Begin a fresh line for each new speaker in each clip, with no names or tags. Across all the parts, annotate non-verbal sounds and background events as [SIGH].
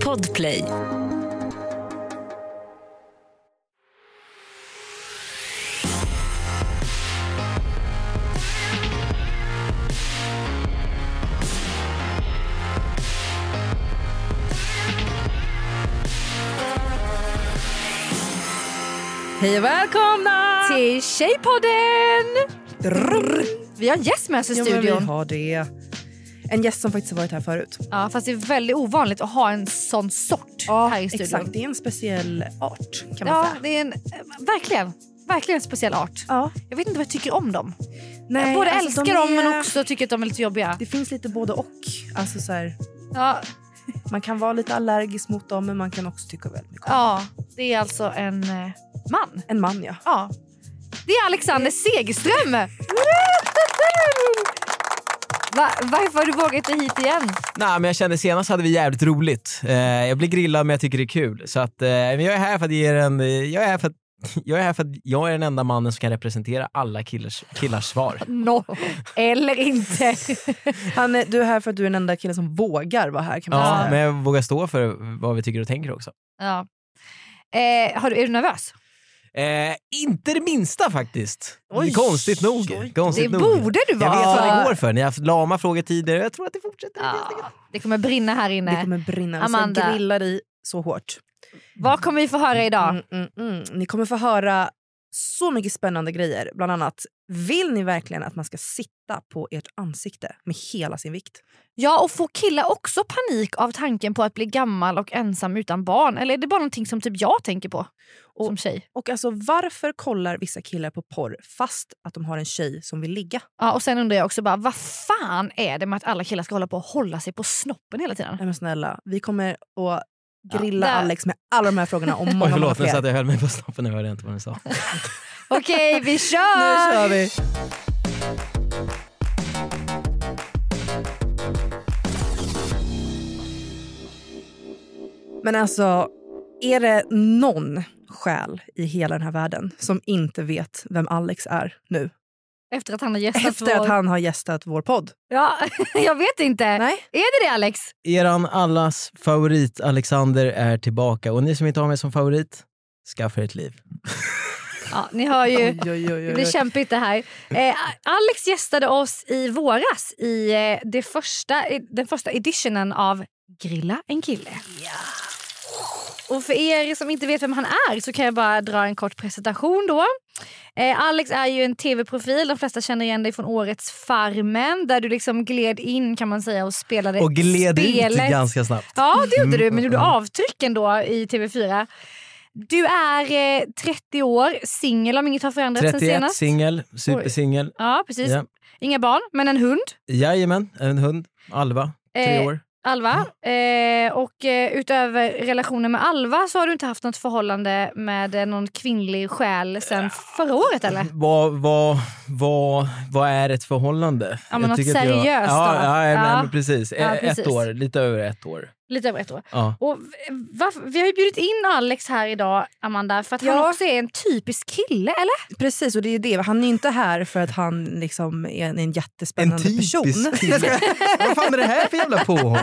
Podplay.
Hej och välkomna!
Till Tjejpodden! Vi har en gäst med oss i
Ja, men vi
studion.
har det. En gäst som faktiskt har varit här förut.
Ja, fast det är väldigt ovanligt att ha en sån sort här i studion.
Exakt, det är en speciell art kan man
Ja,
säga.
det är en, eh, verkligen, verkligen en speciell art.
Ja.
Jag vet inte vad jag tycker om dem.
Nej,
jag både
alltså, de
älskar dem
är-
men också tycker att de är lite jobbiga.
Det finns lite både och. Alltså, så här,
Ja,
man kan vara lite allergisk mot dem men man kan också tycka väldigt mycket om
ja, det är alltså en eh, man.
En man ja.
Ja. Det är
[LAUGHS]
Alexander Segerström! Va, varför har du vågat dig hit igen?
Nej, men jag kände senast hade vi jävligt roligt. Eh, jag blir grillad men jag tycker det är kul. Så att, eh, men jag är här för att ge er en... eh, Jag är här för att [LAUGHS] jag är, här för att jag är den enda mannen som kan representera alla killars, killars svar.
No. Eller inte.
Han, är- du är här för att du är den enda killen som vågar vara här kan man
Ja,
säga.
men jag vågar stå för vad vi tycker och tänker också.
[LAUGHS] Ja. Eh, har du, är du nervös?
Eh, inte det minsta faktiskt.
Oj,
Konstigt nog.
oj, oj.
Konstigt
Det
nog.
borde du
jag
vara.
vet vad det går för. Ni har haft lama frågetider och jag tror att det fortsätter.
Ja, det kommer brinna här inne.
Det kommer brinna. Amanda.
Amanda.
Jag grillar dig så hårt.
Vad kommer vi få höra idag?
Mm, mm, mm. Ni kommer få höra så mycket spännande grejer. Bland annat, vill ni verkligen att man ska sitta på ert ansikte med hela sin vikt?
Ja, och får killar också panik av tanken på att bli gammal och ensam utan barn? Eller är det bara någonting som typ jag tänker på som tjej?
Och alltså, varför kollar vissa killar på porr fast att de har en tjej som vill ligga?
Ja, och sen undrar jag också bara, vad fan är det med att alla killar ska hålla på och hålla sig på snoppen hela tiden?
Nej men snälla, vi kommer att
Ja,
grilla
där.
Alex med alla de här frågorna [LAUGHS] och många,
Oj,
många
förlåt, nu
fler.
satt jag och höll mig på snoppen. Nu hörde jag inte vad ni sa.
[LAUGHS] Okej, vi
Nu
kör!
kör vi! Men alltså, är det någon själ i hela den här världen som inte vet vem Alex är nu?
Efter att han har gästat
Efter
vår...
att han har gästat Alltså, vår podd.
Ja, [LAUGHS] jag vet inte.
Nej?
Är det det Alex?
Eran allas favorit Alexander är tillbaka och ni som inte har mig som favorit, skaffa er ett liv.
Ja, ni hör ju.
Oj, oj, oj,
Det
oj.
blir kämpigt det här. Eh, Alex gästade oss i våras i eh, det första, i den första editionen av Grilla en kille. Och för er som inte vet vem han är så kan jag bara dra en kort presentation då. Eh, Alex är ju en tv-profil, de flesta känner igen dig från årets Farmen där du liksom gled in kan man säga och spelade
Och gled ut
spelet.
ganska snabbt.
Ja, det gjorde du. Men gjorde avtryck ändå i TV4. Du är eh, 30 år, singel om inget har förändrats sen
31,
senast.
singel, supersingel.
Ja, precis.
Ja.
Inga barn, men en hund.
Jajamän, en hund, Alva, tre
Eh,
år.
Alva. Eh, och eh, utöver relationen med Alva så har du inte haft något förhållande med eh, någon kvinnlig själ sen förra året eller?
Vad, vad, vad, vad är ett förhållande?
Ja, men något
att jag-
seriöst
ja,
då.
ja,
Ja.
Men, precis. E-
Ja, precis.
Ett år, lite över ett år.
Lite över ett år.
Ja.
Och v- varför, vi har ju bjudit in Alex här idag, Amanda, för att han
Ja.
också är en typisk kille, eller?
Precis, och det är ju det. Han är ju inte här för att han liksom är en, en jättespännande person.
[LAUGHS] kille. vad fan är det här för jävla påhopp?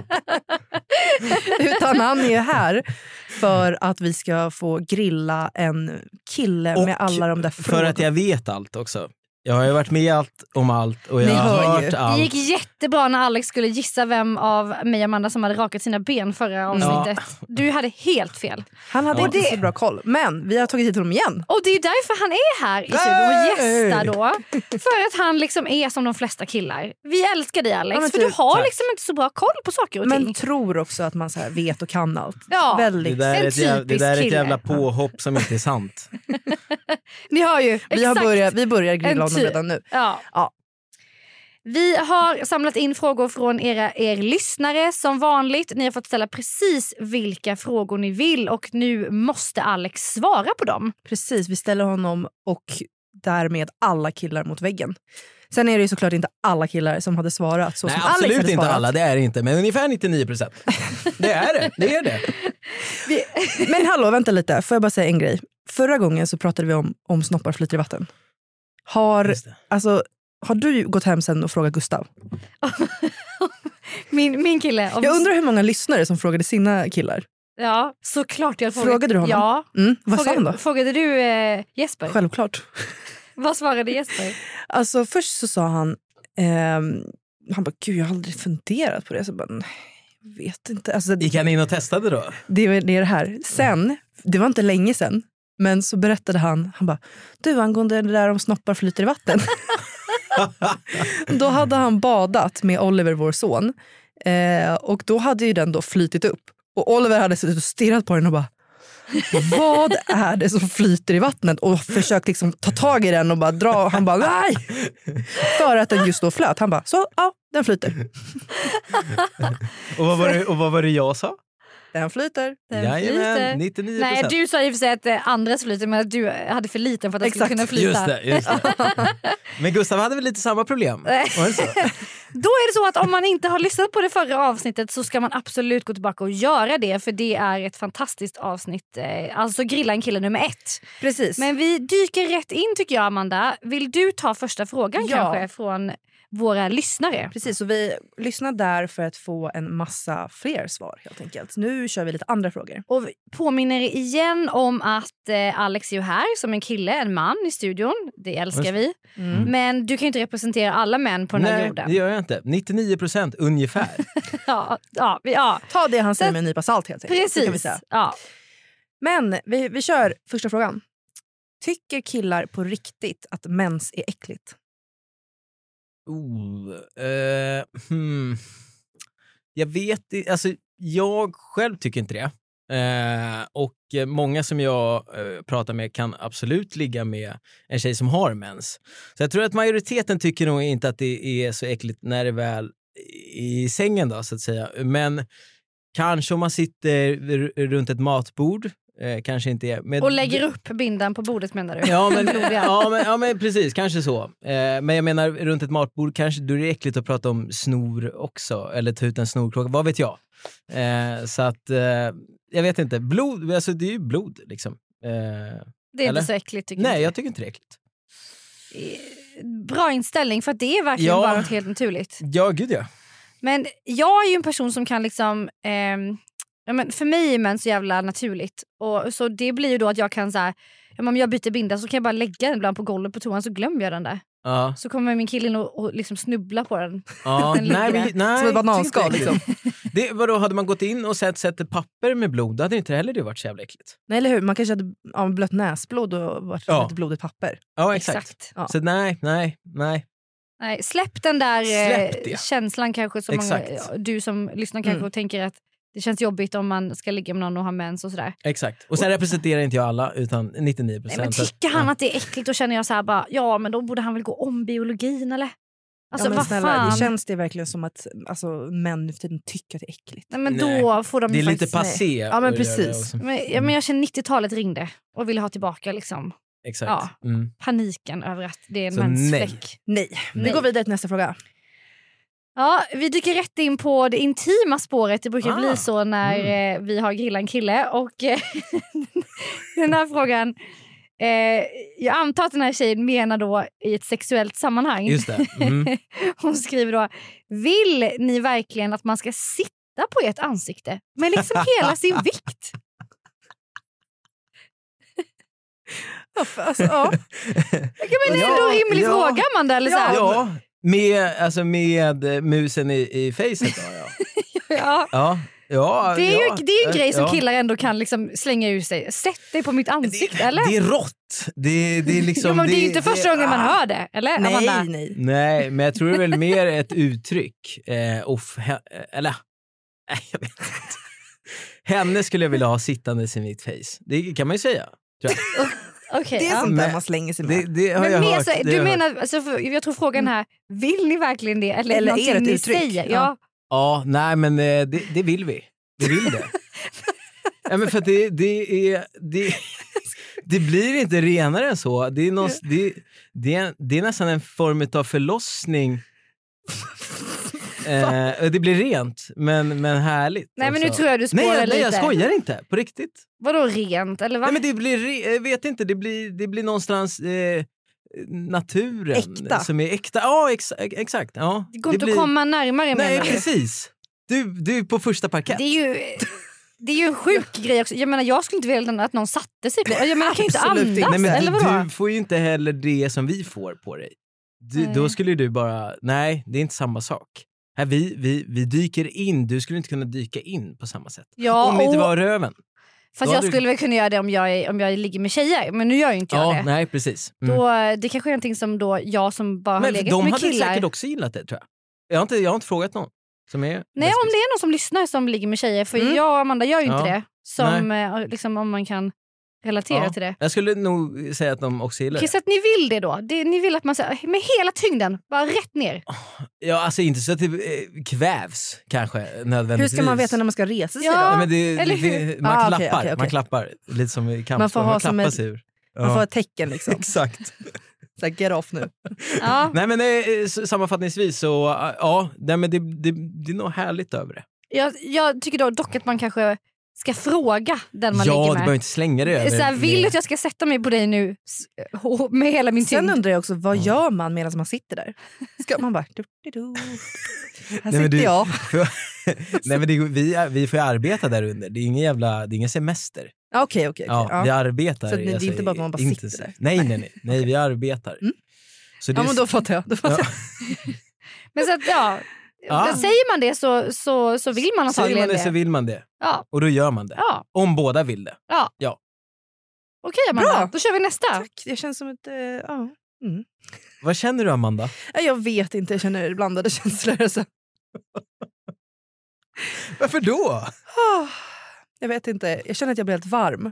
[LAUGHS] Utan han är här för att vi ska få grilla en kille
Och
med alla de där
För
frågorna.
att jag vet allt också. Jag har ju varit med i allt om allt och
Ni
jag har
hör ju.
hört
Det
allt.
gick jättebra när Alex skulle gissa vem av mig och Amanda som hade rakat sina ben förra avsnittet. Du hade helt fel.
Han hade
Ja.
inte så bra koll, men vi har tagit hit honom igen.
Och det är ju därför han är här i studion och gästar då. För att han liksom är som de flesta killar. Vi älskar dig Alex,
Ja, men
för du
typ,
har
tack.
liksom inte så bra koll på saker och
Men
ting.
tror också att man så här vet och kan allt.
Ja.
Det
Väldigt.
där,
En
är ett jävla, det
typisk
där är ett
kille.
jävla påhopp som inte
[LAUGHS]
är sant.
Ni hör ju.
Vi, har
exakt.
börjat, vi börjar
En
grilla honom
ty-
redan nu.
Ja.
Ja.
Vi har samlat in frågor från era, er lyssnare som vanligt. Ni har fått ställa precis vilka frågor ni vill och nu måste Alex svara på dem.
Precis, vi ställer honom och därmed alla killar mot väggen. Sen är det ju såklart inte alla killar som hade svarat så
Nej,
som Alex
absolut
hade
inte
svarat.
alla, det är det inte. Men ungefär
[LAUGHS]
99 procent. Det är det. det, är det.
Men hallå, vänta lite. Får jag bara säga en grej? Förra gången så pratade vi om om snoppar flyter i vatten. Har,
Just det.
alltså, har du gått hem sen och frågat Gustav?
Min, min kille. om-
Jag undrar hur många lyssnare som frågade sina killar.
Ja, såklart jag
Frågade du honom?
Ja.
Mm. Vad sa han då?
Fråga- Frågade du eh, Jesper?
Självklart.
Vad svarade Jesper?
Alltså först så sa han, ehm, han bara gud jag har aldrig funderat på det. Så jag bara, nej, jag vet inte. Alltså,
Gick han in och testade då?
det är det är det här. Sen, det var inte länge sen, men så berättade han, han bara, du angående det där om snoppar flyter i vatten. [LAUGHS] då hade han badat med Oliver, vår son, eh, och då hade ju den då flytit upp. Och Oliver hade suttit och stirrat på den och bara, vad är det som flyter i vattnet? Och försökt liksom ta tag i den och bara dra. Och han bara, nej! För att den just då flöt. Han bara, så ja, den flyter.
Och vad var det, och vad var det jag sa?
Den flyter.
Den flyter.
99
Nej, du sa i och för sig att eh, Andres flyter men att du hade för liten för att den skulle
Exakt.
kunna flyta.
Just det, just det.
[LAUGHS]
Men Gustav hade väl lite samma problem? Var det så?
Då är det så att om man inte har lyssnat på det förra avsnittet så ska man absolut gå tillbaka och göra det för det är ett fantastiskt avsnitt. eh, Alltså grilla en kille nummer ett.
Precis.
Men vi dyker rätt in tycker jag Amanda. Vill du ta första frågan
Ja.
kanske från våra lyssnare?
Precis, och vi lyssnar där för att få en massa fler svar helt enkelt. Nu kör vi lite andra frågor.
Och vi påminner igen om att eh, Alex är ju här som en kille, en man i studion. Det älskar
Just-
vi.
Mm.
Men du kan ju inte representera alla män på den här
Nej, det
jorden.
gör jag inte. 99 procent ungefär.
Ja, ja, ja.
Ta det han säger med en nypa salt helt enkelt. så kan vi
Precis.
säga.
Ja.
Men vi, vi kör första frågan. Tycker killar på riktigt att mens är äckligt?
Oh, eh, hmm. Jag vet i- alltså jag själv tycker inte det. Eh, och eh, många som jag eh, pratar med kan absolut ligga med en tjej som har mens. Så jag tror att majoriteten tycker nog inte att det är så äckligt när det väl i sängen då så att säga. Men kanske om man sitter r- runt ett matbord, eh, kanske inte är... men-
Och lägger upp bindan på bordet menar du?
Ja men,
Blodiga.
ja, men, ja men precis, kanske så. Eh, men jag menar runt ett matbord kanske då är det äckligt att prata om snor också, eller ta ut en snorkråka, vad vet jag. Eh, så att, eh, jag vet inte, blod, alltså det är ju blod liksom. Eh,
Det är
Eller?
inte så äckligt tycker
nej,
jag.
jag tycker inte det är äckligt.
Bra inställning för att det är verkligen
Ja.
bara något helt naturligt.
Ja, gud ja.
Men jag är ju en person som kan liksom... ehm, ja, men för mig är mens så jävla naturligt. Och, så det blir ju då att jag kan så här, ja, men om jag byter binda så kan jag bara lägga den ibland på golvet på toan så glömmer jag den där.
Ja,
Så kommer min kille in och, och liksom snubbla på den.
ja,
Den ligger
nej,
där.
men, nej,
Som ett bananskal,
jag tycker inte det är äckligt. Det, vadå, hade man gått in och sett, sett ett papper med blod, då hade inte heller det varit så jävla äckligt.
Nej, eller hur? Man kanske hade ja, blött näsblod och varit
Ja.
ett blodigt papper.
Ja, exakt.
Ja.
Så nej, nej, nej.
Nej, släpp den där
Släpp
eh,
det.
känslan kanske. Som många,
Exakt.
ja, du som lyssnar kanske
Mm.
och tänker att det känns jobbigt om man ska ligga med någon och ha mens och sådär.
Exakt. Och sen representerar inte jag alla, utan 99
Nej,
procent.
men tycker han att det är äckligt då känner jag så här bara, ja men då borde han väl gå om biologin eller? Alltså
ja, men
vad
snälla,
fan.
det känns det verkligen som att alltså, män nu för tiden tycker att det är äckligt?
Nej, men
Nej,
då får de
Det är
ju
lite
faktiskt nej.
passé.
Ja, men
att göra det
precis.
också.
Men, ja, men jag känner 90-talet ringde och ville ha tillbaka liksom,
Exakt. Mm.
paniken över att det är en
Så
mensfläck.
Nej. Vi
Nej.
går vidare till nästa fråga.
Ja, vi dyker rätt in på det intima spåret. Det brukar
Ah, Mm.
bli så när eh, vi har grillat en kille. Och eh, [LAUGHS] den här frågan... Eh, jag antar att den här tjejen menar då i ett sexuellt sammanhang.
Just det. Mm.
[LAUGHS] Hon skriver då, vill ni verkligen att man ska sitta på ert ansikte med liksom hela
[LAUGHS]
sin vikt?
Alltså,
[LAUGHS]
ja.
Ja, men det är ändå
Ja,
en rimlig
ja.
fråga, Amanda. Eller så här.
Ja, med, alltså med eh, musen i, i facet då ja.
[LAUGHS] [LAUGHS] Ja.
ja. Ja,
Det är
ja.
ju det är en grej som
Ja.
killar ändå kan liksom slänga ur sig. Sätt dig på mitt ansikte, eller?
Det är rått. Det, det är liksom...
jo, men det, är ju inte första gången man
ah.
hör det. Eller? Äh, Amanda?
Nej, nej.
Nej, men jag tror det är väl mer ett uttryck. Eh, och f- eller, nej, jag vet inte. Henne skulle jag vilja ha sittandes i mitt face. Det kan man ju säga. tror jag.
Okej,
Det är
ja.
sånt där
Men-
man slänger sig med.
Det, det har jag
Men mer
hört.
så,
det har
du
jag hört.
menar, alltså, för jag tror frågan här, vill ni verkligen det? Eller,
Eller är
någonting
det ett
ni
uttryck?
Säger? Ja.
Ja.
Ja, nej men eh, det, det vill vi. Vi
[LAUGHS]
vill det. ja, men för att det, det, är, det, det blir inte renare än så. Det är, någon, det, det, är, det är nästan en form
[LAUGHS]
av förlossning. eh, det blir rent, men, men härligt.
Nej men nu
också.
tror jag du spårar
Alltså. Nej, jag,
lite.
nej, jag skojar inte. På riktigt.
Vadå rent? Eller va?
Nej, men det blir, re- jag vet inte, det blir, det blir någonstans eh, naturen
Äkta.
som är äkta. Ja, exa, exakt. Ja.
det går inte
blir-
att komma närmare
Nej,
menar du?
precis. Du, du är på första parkett.
Det är ju... det är ju en sjuk grej också. Jag menar jag skulle inte vilja att någon satte sig på Jag menar jag kan ju inte
Absolut
andas.
inte.
Nej, men
eller
du,
vadå?
du får ju inte heller det som vi får på dig. Du,
Nej.
då skulle ju du bara, nej det är inte samma sak. Här, vi, vi, vi dyker in, du skulle inte kunna dyka in på samma sätt.
Ja,
Om det inte
och-
var röven.
Fast
Då
jag
hade du-
skulle väl kunna göra det om jag, är- om jag ligger med tjejer. Men nu gör ju inte jag
Ja,
det.
nej precis. Mm.
Då, det kanske är någonting som då jag som bara har
Men
legat
de
med
hade
killar.
säkert också gillat det tror jag. Jag har inte, jag har inte frågat någon. Som är
Nej
lesbisk.
om det är någon som lyssnar som ligger med tjejer. För
Mm.
jag och Amanda gör ju inte
Ja.
det. Som, eh, liksom, om man kan relatera
Ja.
till det.
Jag skulle nog säga att de också gillar
Okej,
det.
så att ni vill det då? Det, ni vill att man så här, med hela tyngden, bara rätt ner?
Ja, alltså inte så att det eh, kvävs kanske nödvändigtvis.
Hur ska man veta när man ska resa sig
Ja,
då?
Nej, men det,
eller
det,
hur?
man,
Ah, okej,
klappar,
okej, okej.
man klappar, lite som i kampsport.
Man får ha
man
som
klappar
en-
sig ur.
Man får
Ja.
ett tecken liksom.
Exakt.
Så här, get off nu.
Ja.
Nej men eh, s- sammanfattningsvis så, eh, ja, nej, men det, det, det är nog härligt över det.
Jag, jag tycker då dock att man kanske ska fråga den man
ja, du
ligger
behöver
med.
inte slänga det över.
Så här, vill du
med-
att jag ska sätta mig på dig nu s- ho- [LAUGHS] med hela min
Sen
tyngd?
undrar jag också, vad
Mm.
gör man medan man sitter där?
[LAUGHS]
Ska man bara... Du, du, du. Här
Nej, men
sitter
du-
jag.
[LAUGHS] Nej, men det, vi, vi får ju arbeta där under. Det är ingen, jävla, det är ingen semester.
Ja, Okej, okej. okej,
Ja, Vi
ja.
arbetar. alltså
Så det är inte bara att man bara
intensivt.
sitter där?
Nej, nej, nej. nej vi arbetar.
Mm.
Så det
Ja,
är-
men då fattar jag. Då fattar
Ja.
jag.
Men så att, ja.
[LAUGHS] Ja.
Säger man det så, så, så vill man
Säger
antagligen
man
det.
det så vill man det.
Ja,
Och då gör man det.
ja.
Om båda vill det.
Okej Amanda,
Bra.
då kör vi nästa.
Tack, det känns som ett... eh, ja.
Vad känner du Amanda?
Nej, Jag vet inte, jag känner blandade [LAUGHS] känslor. Alltså.
Varför då?
Ah, Jag vet inte, jag känner att jag blir helt varm.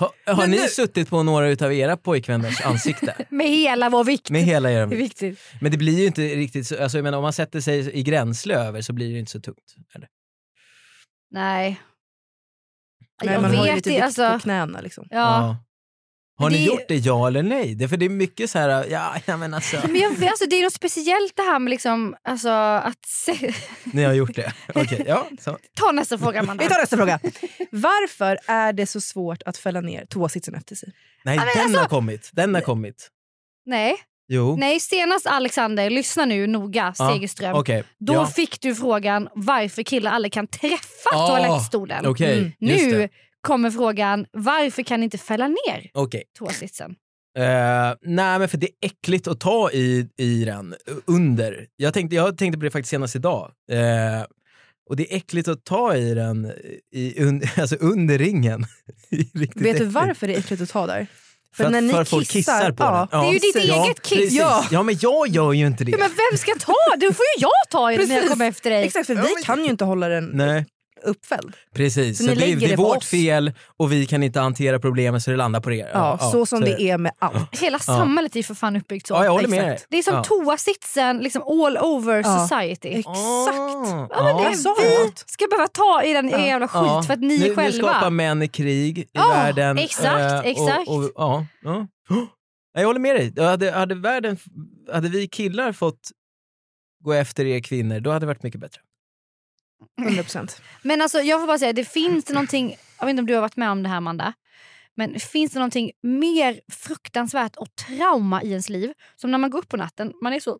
Ha, har
Men
ni
nu-
suttit på några utav era pojkvänners
[LAUGHS]
ansikte?
Med hela vår vikt.
Med hela era...
Det är viktigt.
Men det blir ju inte riktigt så, alltså, jag menar, om man sätter sig i gränsle över så blir det inte så tungt. Eller?
Nej.
Nej,
jag
man har ju
vet
lite
inte.
vikt
Alltså,
på knäna. Liksom.
ja.
Har
Men
ni
det-
gjort det, ja eller nej? Det, för det är mycket så här, ja,
[LAUGHS]
ja men alltså,
Men jag, vet- alltså, det är något speciellt det här med liksom, alltså, att... Se... [LAUGHS]
ni har gjort det. Okej, ja. Så.
Ta nästa fråga Amanda.
Vi tar nästa
[LAUGHS]
fråga. Varför är det så svårt att fälla ner toasitsen efter sig?
Nej,
Ja, men
den
alltså-
har kommit. Den har kommit.
Nej.
Jo,
Nej, senast Alexander, lyssna nu noga,
Ja,
Segerström.
okej.
Då
ja.
fick du frågan varför killar aldrig kan träffa
Ah,
toalettstolen.
Okej,
Mm.
just det.
Nu kommer frågan varför kan ni inte fälla ner
Okej.
toasitsen?
Eh, nej, men för det är äckligt att ta i, i den eh, under. Jag tänkte, jag tänkte på det faktiskt senast idag. Eh, och det är äckligt att ta i den i, un, [LAUGHS] alltså under ringen. [LAUGHS] Det är
Vet
riktigt
du
äckligt.
varför det är äckligt att ta där?
För, att-
när ni
för att folk
kissar-
kissar på
ja,
den.
det är ju ditt
precis.
eget kiss.
precis.
Ja.
ja, men jag gör ju inte
Ja,
det.
men vem ska ta? Du får ju jag ta i den när jag
Precis.
kommer efter dig.
Exakt, för
Ja, men-
vi kan ju inte hålla den
Nej,
uppfälld.
precis.
Så
Så,
ni
det, är-
lägger
det
det
är
på
vårt
oss.
fel och vi kan inte hantera problemet så det landar på er.
Ja, så som det är med allt.
Hela samhället är ju för fan uppbyggt så.
Ja, jag håller med
Exakt.
dig.
Det är som
ja.
toasitsen liksom all over
Ja.
society.
Exakt.
Ja, men
Ja.
det
Jag sa
är vi
något.
ska behöva ta i den
Ja.
jävla skit
Ja.
för att ni
nu, Nu
själva...
skapar män i krig i
Ja,
världen.
exakt,
eh,
exakt.
Och, och, ja, ja. Oh, Jag håller med dig. Då Hade, hade, världen, hade vi killar fått gå efter er kvinnor, då hade det varit mycket bättre.
100%.
Men alltså, jag får bara säga, det finns det någonting, jag vet inte om du har varit med om det här Amanda, men finns det någonting mer fruktansvärt och trauma i ens liv? Som när man går upp på natten, man är så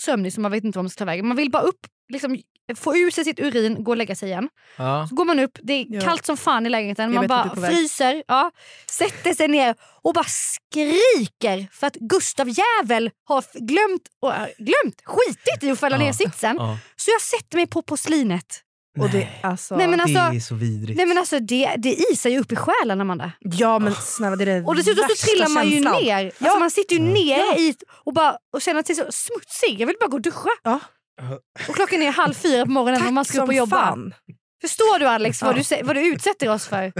sömnig så man vet inte vad man ska ta vägen. Man vill bara upp, liksom, få ur sig sitt urin, gå och lägga sig igen.
Ja.
Så går man upp, det är
Ja.
kallt som fan i lägenheten,
Jag
man
vet vart du
bara
är på väg.
fryser, ja, sätter sig ner och bara skriker för att Gustav Jävel har f- glömt, och, äh, glömt, skitit i att fälla
Ja.
ner sitsen.
Ja.
Så jag sätter mig på porslinet.
Och det,
Nej,
alltså,
Nej, men
det
alltså,
är så vidrigt.
Nej men alltså det, det isar ju upp i själen Amanda.
ja men snälla det är det
Och dessutom så
värsta
trillar man ju
känslan.
ner. Alltså man sitter ju
Mm.
nere
Ja.
i och, bara, och känner sig så smutsig. Jag vill bara gå och duscha.
Ja.
Och klockan är halv fyra på morgonen och man ska upp och
som
jobba.
fan.
Förstår du Alex vad,
Ja.
du, sä- vad du utsätter oss för?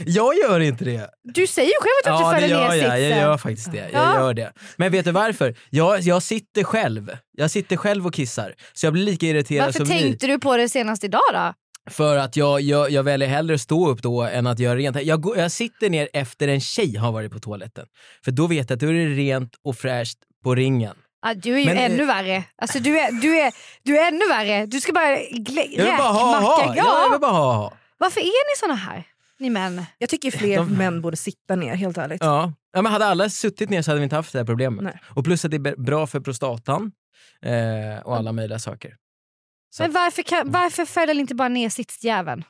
Jag gör inte det.
Du säger ju själv att du
Ja,
inte
det
fäller ner
gör jag.
sitsen.
Jag gör faktiskt det. Jag
Ja.
gör det. Men vet du varför? Jag, jag sitter själv. Jag sitter själv och kissar. Så jag blir lika irriterad
Varför
som ni.
tänkte du på det senast idag då?
För att jag, jag, jag väljer hellre att stå upp då än att göra rent. Jag, går, jag sitter ner efter en tjej har varit på toaletten. För då vet jag att då är det rent och fräscht på ringen.
Ah, du är ju
Men, eh,
ännu värre. Alltså, du, är, du, är, du är ännu värre. Du ska bara glä-
Jag vill bara ha ha.
räkmacka.
Ja, jag
Ja.
vill bara ha ha.
Varför är ni såna här? Ni män.
Jag tycker fler
De-
män borde sitta ner, helt ärligt.
Ja. Ja, men hade alla suttit ner så hade vi inte haft det här problemet.
Nej.
Och plus att det är be- bra för prostatan eh, och alla möjliga saker. Så-
Men varför, kan, varför fäller ni inte bara ner sitsjäveln?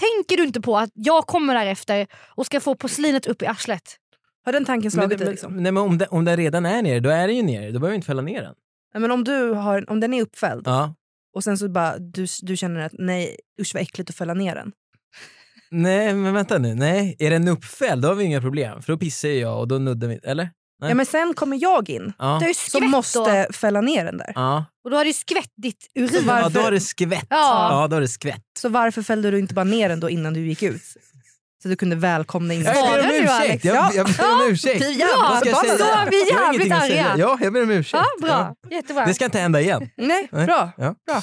Tänker du inte på att jag kommer därefter och ska få porslinet upp i arslet?
Har den tanken
Men,
slagit dig?
men,
Liksom?
nej, men om, den, om den redan är nere, då är den ju nere. Då behöver jag inte fälla ner den.
Nej, men om, du har, om den är uppfälld
Ja.
och sen så bara, du, du känner att nej, usch vad äckligt att fälla ner den.
Nej, men vänta nu. Nej, är den uppfälld, då har vi inga problem. För då pissar ju jag och då nuddar vi... Eller? Nej.
Ja, men sen kommer jag in
Ja.
Du har ju
som
skvätt då.
måste fälla ner den där.
Ja.
Och då har du skvätt ditt urin.
ja, då
varför-
har det skvätt.
Ja.
då har det skvätt.
Så varför fällde du inte bara ner den då innan du gick ut? Så du kunde välkomna in
Jag ber
Svarade
om
du,
ursäkt.
Alex?
Jag, jag ber om ursäkt.
Fy
Bra,
jävla
Vad ska jag
förbannad.
säga?
Så är vi
Jag har
jävligt
ingenting att säga.
arga.
Ja, jag ber om ursäkt.
Ja, bra. Jättebra.
Ja. Det ska inte hända igen.
Nej,
Nej.
bra.
Ja.
bra.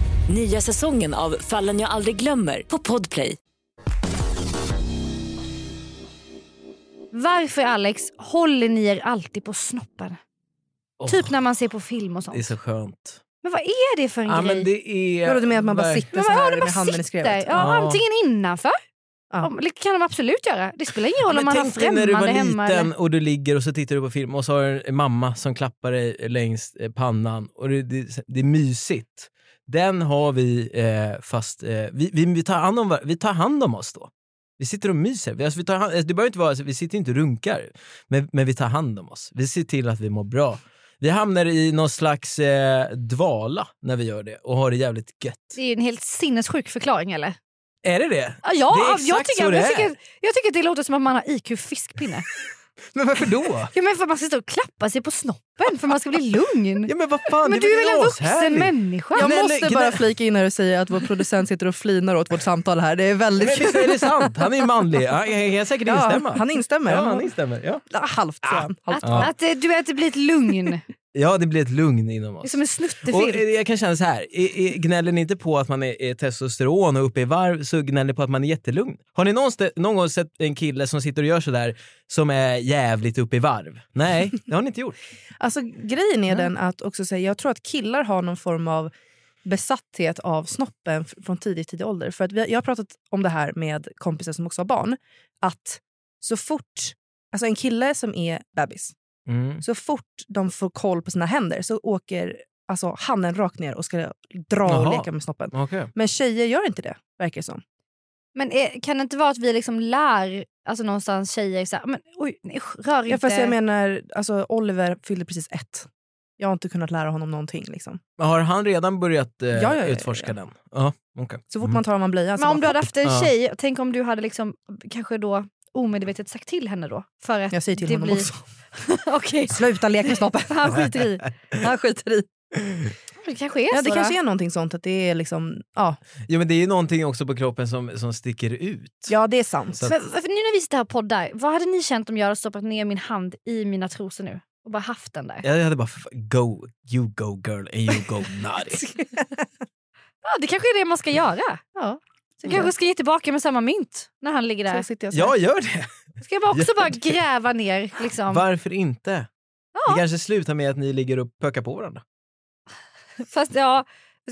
Nya säsongen av Fallen jag aldrig glömmer på Podplay.
Varför Alex håller ni er alltid på snoppen?
Åh,
Typ när man ser på film och sånt.
Det är så skönt.
Men vad är det för en
Ja,
grej?
men det är...
Vadå, du menar att man bara
Nej.
sitter
Men
så
vad- ja,
här
de
med
bara
handen i
sitter.
skrevet?
Ja,
Ja.
Antingen innanför,
Ja.
om- det kan de absolut göra. Det spelar ingen roll om
Men
man har
tänk dig när du var
främmande hemma.
liten
Eller...
och du ligger och så tittar du på film och så har du en mamma som klappar dig längs eh, pannan och det, det, det är mysigt. Den har vi eh, fast eh, vi, vi, vi, tar hand om, var- vi tar hand om oss då. Vi sitter och myser. Vi, alltså, vi, tar hand, alltså, det behöver inte vara, alltså, vi sitter inte och runkar, men, men vi tar hand om oss. Vi ser till att vi mår bra. Vi hamnar i någon slags eh, dvala när vi gör det och har det jävligt gött.
Det är ju en helt sinnessjuk förklaring eller?
Är det det?
Ja, jag,
Det är
jag,
exakt
tycker,
så det
jag,
är.
tycker, jag tycker att det låter som att man har IQ fiskpinne.
Men
[LAUGHS]
varför då?
ja, men för att man ska stå och klappa sig på snoppen för att man ska bli lugn.
ja, men vad fan,
men
det
du är väl en vuxen
ashärligt?
människa?
Jag
Nej,
måste
nej,
bara
gnä-
flika in här och säga att vår producent sitter och flinar åt vårt samtal här. Det är väldigt...
Men visst är det sant? Han är ju manlig. Han jag kan säkert instämma.
Ja, han instämmer.
ja, han instämmer. ah, Ja.
Ah, Halvt, tror jag.
Att,
Halvt.
Ja.
att, eh, du vet, det blir ett
[LAUGHS]
lugn.
ja, det blir ett lugn inom
Det är
oss.
som en
Och
snuttefilt.
eh, jag kan känna så här, i- i- gnäller ni inte på att man är är testosteron och uppe i varv så gnäller ni på att man är jättelugn. Har ni någonstans, någon gång sett en kille som sitter och gör sådär som är jävligt uppe i varv? Nej, det har ni inte gjort.
Alltså, grejen är den att också säga, jag tror att killar har någon form av besatthet av snoppen f- från tidig, tidig ålder. För att vi, jag har pratat om det här med kompisar som också har barn. Att så fort... Alltså en kille som är bebis, så fort de får koll på sina händer så åker alltså, handen rakt ner och ska dra och
Jaha.
leka med snoppen.
Okej.
Men tjejer gör inte det, verkar det som.
Men eh, kan det inte vara att vi liksom lär alltså någonstans tjejer så här, men, oj, nej, usch, rör
Ja,
inte.
fast jag menar, alltså, Oliver fyllde precis ett. Jag har inte kunnat lära honom någonting. Liksom.
Men Har han redan börjat eh,
Ja, ja, ja, ja,
utforska
ja.
den? Ja, okej.
Så fort
Mm.
man tar av man blöjan... så
men om du
bara,
hade haft en
Ja.
tjej, tänk om du hade liksom kanske då omedvetet sagt till henne då. För att
Jag säger till
det
honom
blir...
också.
[LAUGHS]
[LAUGHS]
Okej,
[LAUGHS] Sluta leka med snoppen.
[LAUGHS] han skiter i.
[LAUGHS] Han skiter i. Alltså,
Det kanske är
Ja,
så.
det kanske
då.
är någonting sånt. Att det är liksom, ja,
Mm. Jo, men det är ju någonting också på kroppen som, som sticker ut.
ja, det är sant.
Så-
Men, varför- nu när vi sitter här och poddar, vad hade ni känt om jag hade stoppat ner min hand i mina trosor nu? Och bara haft den där. Ja.
Jag hade bara, f- go, you go girl and you
[LAUGHS]
go naughty.
det kanske är det man ska göra. Ja. Så jag kanske ska ge tillbaka med samma mynt när han ligger där.
Mm. Så sitter jag så här.
Jag gör det.
Ska jag bara också
Gör
bara
det.
gräva ner liksom.
Varför inte? Det kanske slutar med att ni ligger och pökar på varandra.
Fast ja, alltså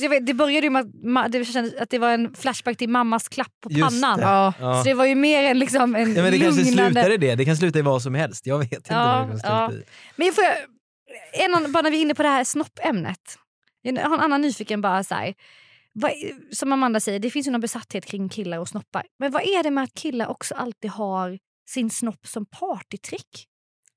jag vet, det började ju med att, ma- det kändes att det var en flashback till mammas klapp på
Just
pannan.
det.
Ja.
Så det var ju mer än liksom en
Ja, men det kanske slutar
lugnande...
i det. Det kan sluta i vad som helst. Jag vet inte.
Ja,
vad det kan sluta i.
Men jag får, en annan, bara när vi är inne på det här snottämnet. Jag har en annan nyfiken bara så här. Vad, som Amanda säger, det finns ju någon besatthet kring killar och snoppar. Men vad är det med att killar också alltid har sin snopp som partytrick?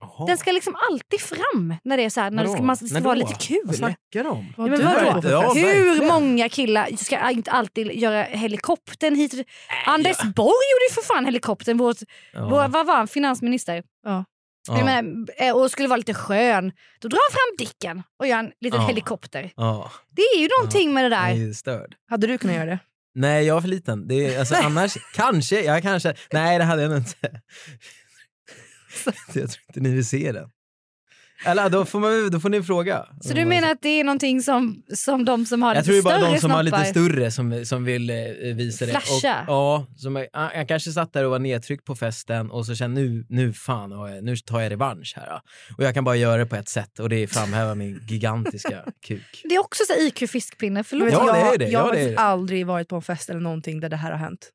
Jaha.
Den ska liksom alltid fram när det är så här, när det ska,
Vadå?
man ska
När
vara
då?
lite
Vad
kul.
snackar du om?
Ja,
Vad
men
du
vadå?
har på för
Ja,
fest.
Hur
verkligen.
många killar ska inte alltid göra helikoptern hit och dit. Anders Borg gjorde ju för fan helikoptern. Vårt,
Ja.
vår, vad var han? Finansminister.
Ja.
Jag menar, eh, och skulle vara lite skön. Då drar han fram dicken och gör en liten
Ja.
helikopter.
Ja.
Det är ju någonting med det
Jag är
där.
ju störd.
Hade du kunnat göra det?
Nej, jag är för liten. Det är, alltså,
[LAUGHS]
annars kanske, jag kanske... Nej, det hade jag nog inte. jag tror inte ni vill se den. Eller då får, man, då får ni fråga.
Så du menar att det är någonting som, som de som har lite
jag tror det är bara de
större
som har lite
snoppar-
större som, som vill eh, visa det.
Flasha.
Och, ja, som, är- ah, jag kanske satt där och var nedtryckt på festen och så kände nu, nu fan, har jag, nu tar jag revansch här. ja. Och jag kan bara göra det på ett sätt och det är
[LAUGHS]
framhäva min gigantiska kuk.
Det är också så IQ fiskpinne,
Men
förlåt.
vet du,
Ja, det är det,
Jag,
ja,
jag
det
har
är
faktiskt
det.
aldrig varit på en fest eller någonting där det här har hänt.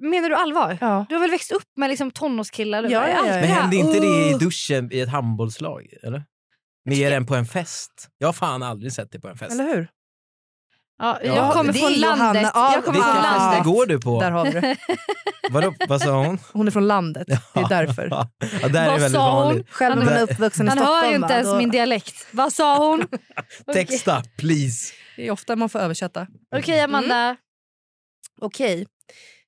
Menar du allvar?
Ja.
Du har väl växt upp med liksom tonårskillar? Du
Ja,
bara,
ja, ja,
allt
ja.
det
Men
här.
hände inte det i
Oh.
duschen i ett handbollslag? Eller? Mer än på en fest. Jag har fan aldrig sett det på en fest.
Eller hur?
Ja, jag
Ja,
kommer
det är
från
Johanna.
landet.
Ja,
Jag kommer
Vilka
från
ah.
landet.
fester går du
Där
på?
har vi det.
Vadå, vad sa
[LAUGHS]
hon?
Hon är från landet. Det är därför.
[LAUGHS] Ja, där är
Vad
väldigt
sa hon?
vanligt.
Själv
Han-
är man uppvuxen i
Han
Stockholm.
hör ju inte
va?
ens
Då-
min dialekt. Vad sa
[LAUGHS]
hon? Okej.
Texta, please.
Det är ofta man får översätta.
Okej, Amanda.
Mm. Okej.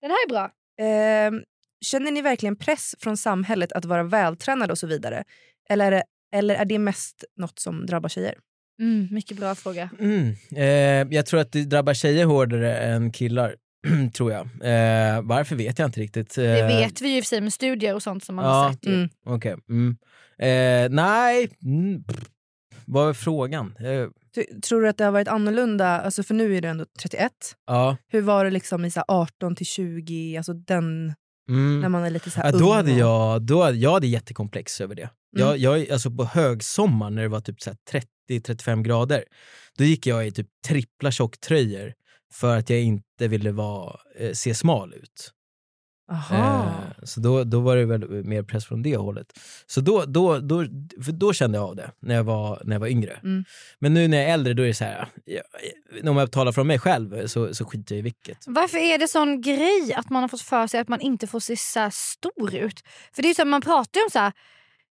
Den här är bra.
Ehm, känner ni verkligen press från samhället att vara vältränade och så vidare? Eller är det, eller är det mest något som drabbar tjejer?
Mm, mycket bra fråga.
Mm. Eh, jag tror att det drabbar tjejer hårdare än killar. [CLEARS THROAT] tror jag. Eh, varför vet jag inte riktigt. Eh,
Det vet vi ju i och för sig med studier och sånt som man
ja.
har sett. Ju.
Mm.
okej. Mm. Eh, nej, mm. pff. vad är frågan? Eh,
Ty- Tror du att det har varit annorlunda? Alltså för nu är du ändå 31.
ja.
Hur var det liksom i så här 18 till 20, alltså den,
Mm.
när man är lite så här
Ja, då
ung
hade
och- Mm.
jag, då, hade- jag hade jättekomplex över det. Jag, jag, alltså på högsommar när det var typ så här 30-35 grader, då gick jag i typ trippla tjocktröjor för att jag inte ville vara, eh, se smal ut.
Aha.
Eh, så då, då var det väl mer press från det hållet. Så då, då, då, för då kände jag av det, när jag var, när jag var yngre.
Mm.
Men nu när jag är äldre, då är det så här, jag, jag- om jag talar från mig själv så, så skiter jag i vilket.
Varför är det sån grej att man har fått för sig att man inte får se så här stor ut? För det är ju så här, man pratar ju om så här,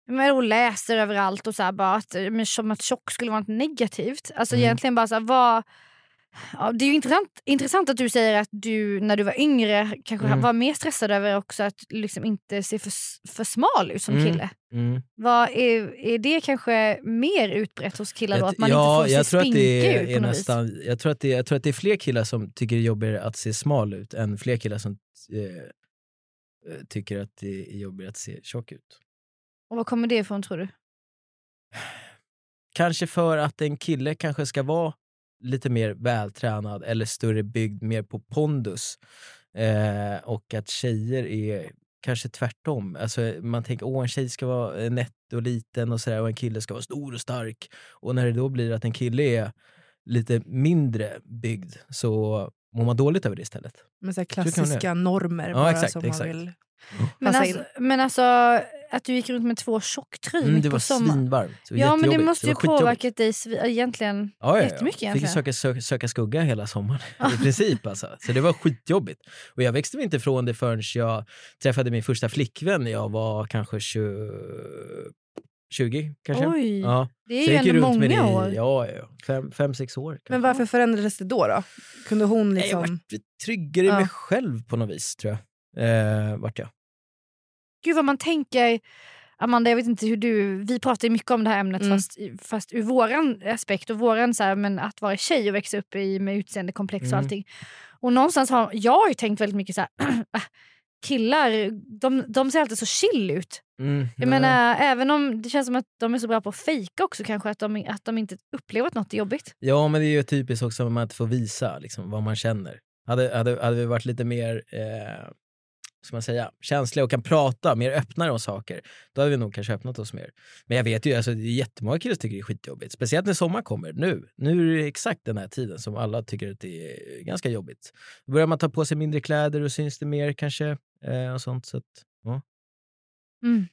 men och läser överallt och så här, bara att, men, som att tjock skulle vara något negativt. Alltså
Mm.
egentligen bara så här, vad... Ja, det är ju intressant, intressant att du säger att du när du var yngre kanske
Mm.
var mer stressad över också att liksom inte se för, s- för smal ut som
Mm.
kille.
Mm.
Vad är, är det kanske mer utbrett hos killar då? Att man
ja,
inte får
jag
se
tror att det
spinkig
är,
ut på
är
något vis?
nästan, jag, tror att det, jag tror att det är fler killar som tycker det är jobbigare att se smal ut än fler killar som eh, tycker att det är jobbigare att se tjock ut.
Och var kommer det ifrån tror du?
Kanske för att en kille kanske ska vara lite mer vältränad eller större byggd, mer på pondus. Eh, och att tjejer är kanske tvärtom. Alltså, man tänker åh en tjej ska vara eh, nätt och liten och, sådär, och en kille ska vara stor och stark. Och när det då blir att en kille är lite mindre byggd så mår man dåligt över det istället.
Med så här
man det?
klassiska normer
Ja,
bara
exakt,
som
exakt.
man vill.
Men
Passa in.
alltså, men alltså att du gick runt med två tjocktröjor
Mm,
mitt
det
på
var
sommaren.
svinvarmt. och
Ja men det
jättejobbigt.
måste ju
var skitjobbigt.
påverkat dig svi- egentligen.
Ja, ja, ja.
Jättemycket
Fick ju
egentligen.
söka, söka, söka skugga hela sommaren i princip. Alltså. Så det var skitjobbigt. Och jag växte väl inte från det förrän jag träffade min första flickvän när jag var kanske 20, 20 kanske.
Oj,
Ja.
det är
Så
ju
jag gick
ändå
runt med
många
det i-
år.
Ja, ja, ja. Fem, fem, sex år. Kanske.
Men varför förändrades det då? då? Kunde hon
Nej, Jag
liksom...
vart tryggare i
Ja.
mig själv på något vis tror jag. Eh, vart jag.
Gud vad man tänker. Amanda, jag vet inte hur du... Vi pratar ju mycket om det här ämnet
Mm.
fast, fast ur våran aspekt och våran så här, men att vara tjej och växa upp i, med utseendekomplex och
Mm.
allting. Och någonstans har jag har ju tänkt väldigt mycket så här, [CLEARS THROAT] "Ah, killar, de, de ser alltid så chill ut.
Mm,
Jag
nej.
menar, även om det känns som att de är så bra på att fejka också kanske, att de, att de inte upplever att något är jobbigt.
Ja, men det är ju typiskt också att man inte får visa liksom, vad man känner. Hade, hade, hade vi varit lite mer eh, ska man säga, känsliga och kan prata mer öppnare om saker, då hade vi nog kanske öppnat oss mer. Men jag vet ju, alltså, det är jättemånga killar som tycker det är skitjobbigt. Speciellt när sommar kommer nu. Nu är det exakt den här tiden som alla tycker att det är ganska jobbigt. Då börjar man ta på sig mindre kläder och syns det mer kanske. Eh, och sånt, så att, Mm.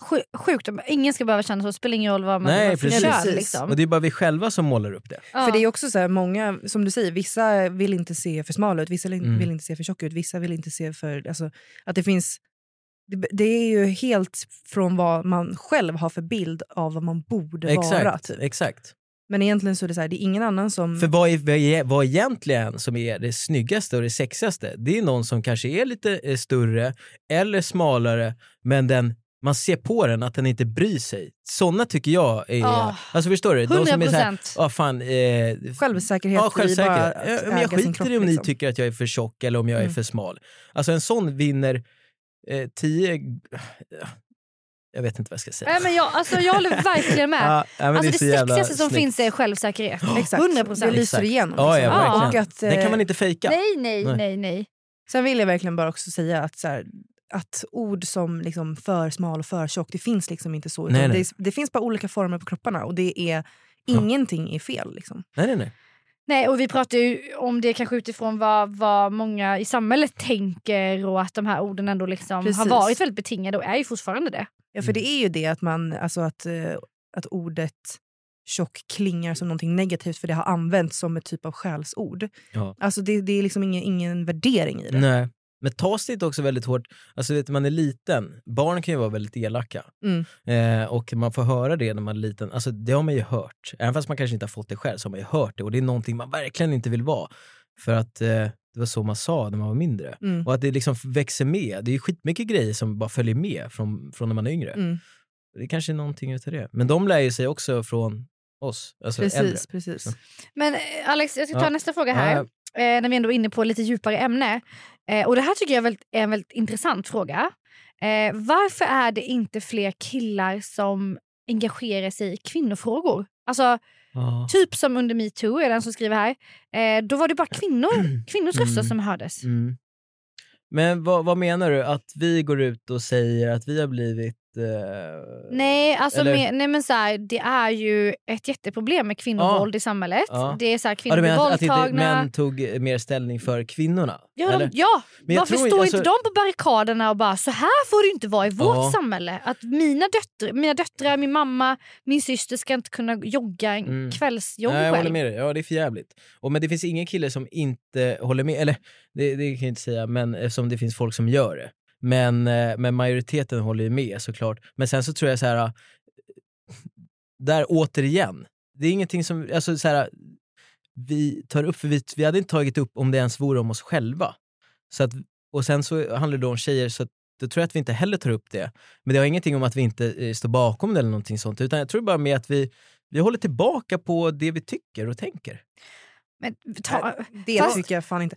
Sju- Sjukt, ingen ska behöva känna så, det spelar ingen roll vad man
Nej,
vad för
precis.
kön,
och
liksom.
det är bara vi själva som målar upp det.
ja.
För det är ju också så här, många, som du säger, vissa vill inte se för smala ut, vissa vill,
Mm.
vill inte se för tjocka ut, vissa vill inte se för... Alltså, att det finns... Det, det är ju helt från vad man själv har för bild av vad man borde vara.
Exakt,
Typ.
exakt.
Men egentligen så är det så här, det är ingen annan som...
För vad, är, vad, är, vad egentligen som är det snyggaste och det sexigaste, det är någon som kanske är lite eh, större eller smalare, men den, man ser på den att den inte bryr sig. Såna tycker jag är...
Ah.
Alltså förstår du? De
100
som är såhär,
procent.
ah, fan, eh,
Självsäkerhet
Ja,
i bara
självsäker.
att
Ja, men
äga
jag
sin
skiter
kropp,
i om ni
liksom.
tycker att jag är för tjock eller om jag är
Mm.
för smal. Alltså en sån vinner eh, tio... Jag vet inte vad jag ska säga.
Nej, men jag, alltså, jag håller verkligen med.
[LAUGHS] Ja, ja, men
alltså, det
är så jävla
sexigaste som
snyggt.
finns är självsäkerhet.
Exakt.
100
Det
procent.
lyser
Exakt.
igenom. liksom.
Ja, ja,
verkligen.
Och att,
Den kan
liksom, eh,
man inte fejka.
Nej, nej,
Nej.
nej, nej.
Sen vill jag verkligen bara också säga att, så här, att ord som liksom för smal och för tjock, det finns liksom inte så. utan
Nej, nej.
Det, det finns bara olika former på kropparna och det är,
Ja.
ingenting är fel. Liksom.
Nej, nej, nej.
Nej, och vi pratar ju om det kanske utifrån vad, vad många i samhället tänker och att de här orden ändå liksom har
Precis.
varit väldigt betingade och är ju fortfarande det.
Ja,
Mm.
för det är ju det att, man, alltså att, eh, att ordet tjock klingar som någonting negativt för det har använts som ett typ av skällsord.
Ja.
Alltså det, det är liksom ingen, ingen värdering i det.
nej. Men tas det inte också väldigt hårt? Alltså vet du, man är liten, barn kan ju vara väldigt elaka.
Mm.
Eh, och man får höra det när man är liten. Alltså det har man ju hört. Även fast man kanske inte har fått det själv så har man ju hört det. Och det är någonting man verkligen inte vill vara. För att eh, det var så man sa när man var mindre.
Mm.
Och att det liksom växer med. Det är ju skitmycket grejer som bara följer med från, från när man är yngre.
Mm.
Det kanske är någonting utav det. Men de lär ju sig också från oss, alltså äldre.
Precis, precis.
Ja.
Men eh, Alex, jag ska ta
Ja.
nästa fråga här.
Ja.
Eh, när vi ändå är inne på lite djupare ämne. Eh, och det här tycker jag är, väldigt, är en väldigt intressant fråga. Eh, varför är det inte fler killar som engagerar sig i kvinnofrågor? Alltså,
Ja.
typ som under metoo, är den som skriver här. Eh, då var det bara
[CLEARS THROAT]
kvinnor, kvinnors röster
Mm.
som hördes.
Mm. Men vad, vad menar du? Att vi går ut och säger att vi har blivit... Eh...
Nej, alltså
Eller-
med, nej men så här, det är ju ett jätteproblem med kkvinnovåld i samhället.
Ja.
Det är så här,
Ja,
kvinnor
du
blir
menar att, att inte
våldtagna.
män tog mer ställning för kvinnorna?
ja, de,
eller?
ja.
Men jag
varför
tror
står
inte-
inte,
alltså-
de på barrikaderna och bara så här får det inte vara i vårt
Ja.
samhälle. Att mina, döttr, mina döttrar, min mamma, min syster ska inte kunna jogga en
Mm.
kvällsjogg
Nej, jag håller
själv.
med dig. Ja, det är för jävligt. Och, men det finns ingen kille som inte håller med. Eller det, det kan jag inte säga, men eftersom det finns folk som gör det. Men, eh, men majoriteten håller ju med såklart. Men sen så tror jag så här. eh, Där återigen. Det är ingenting som alltså, så här, vi tar upp, för vi, vi hade inte tagit upp om det ens vore om oss själva. Så att, och sen så handlar det om tjejer, så att, då tror jag att vi inte heller tar upp det. Men det har ingenting om att vi inte eh, står bakom det eller någonting sånt. Utan jag tror bara med att vi, vi håller tillbaka på det vi tycker och tänker.
Men, ta,
Det
Fast-
tycker jag fan inte.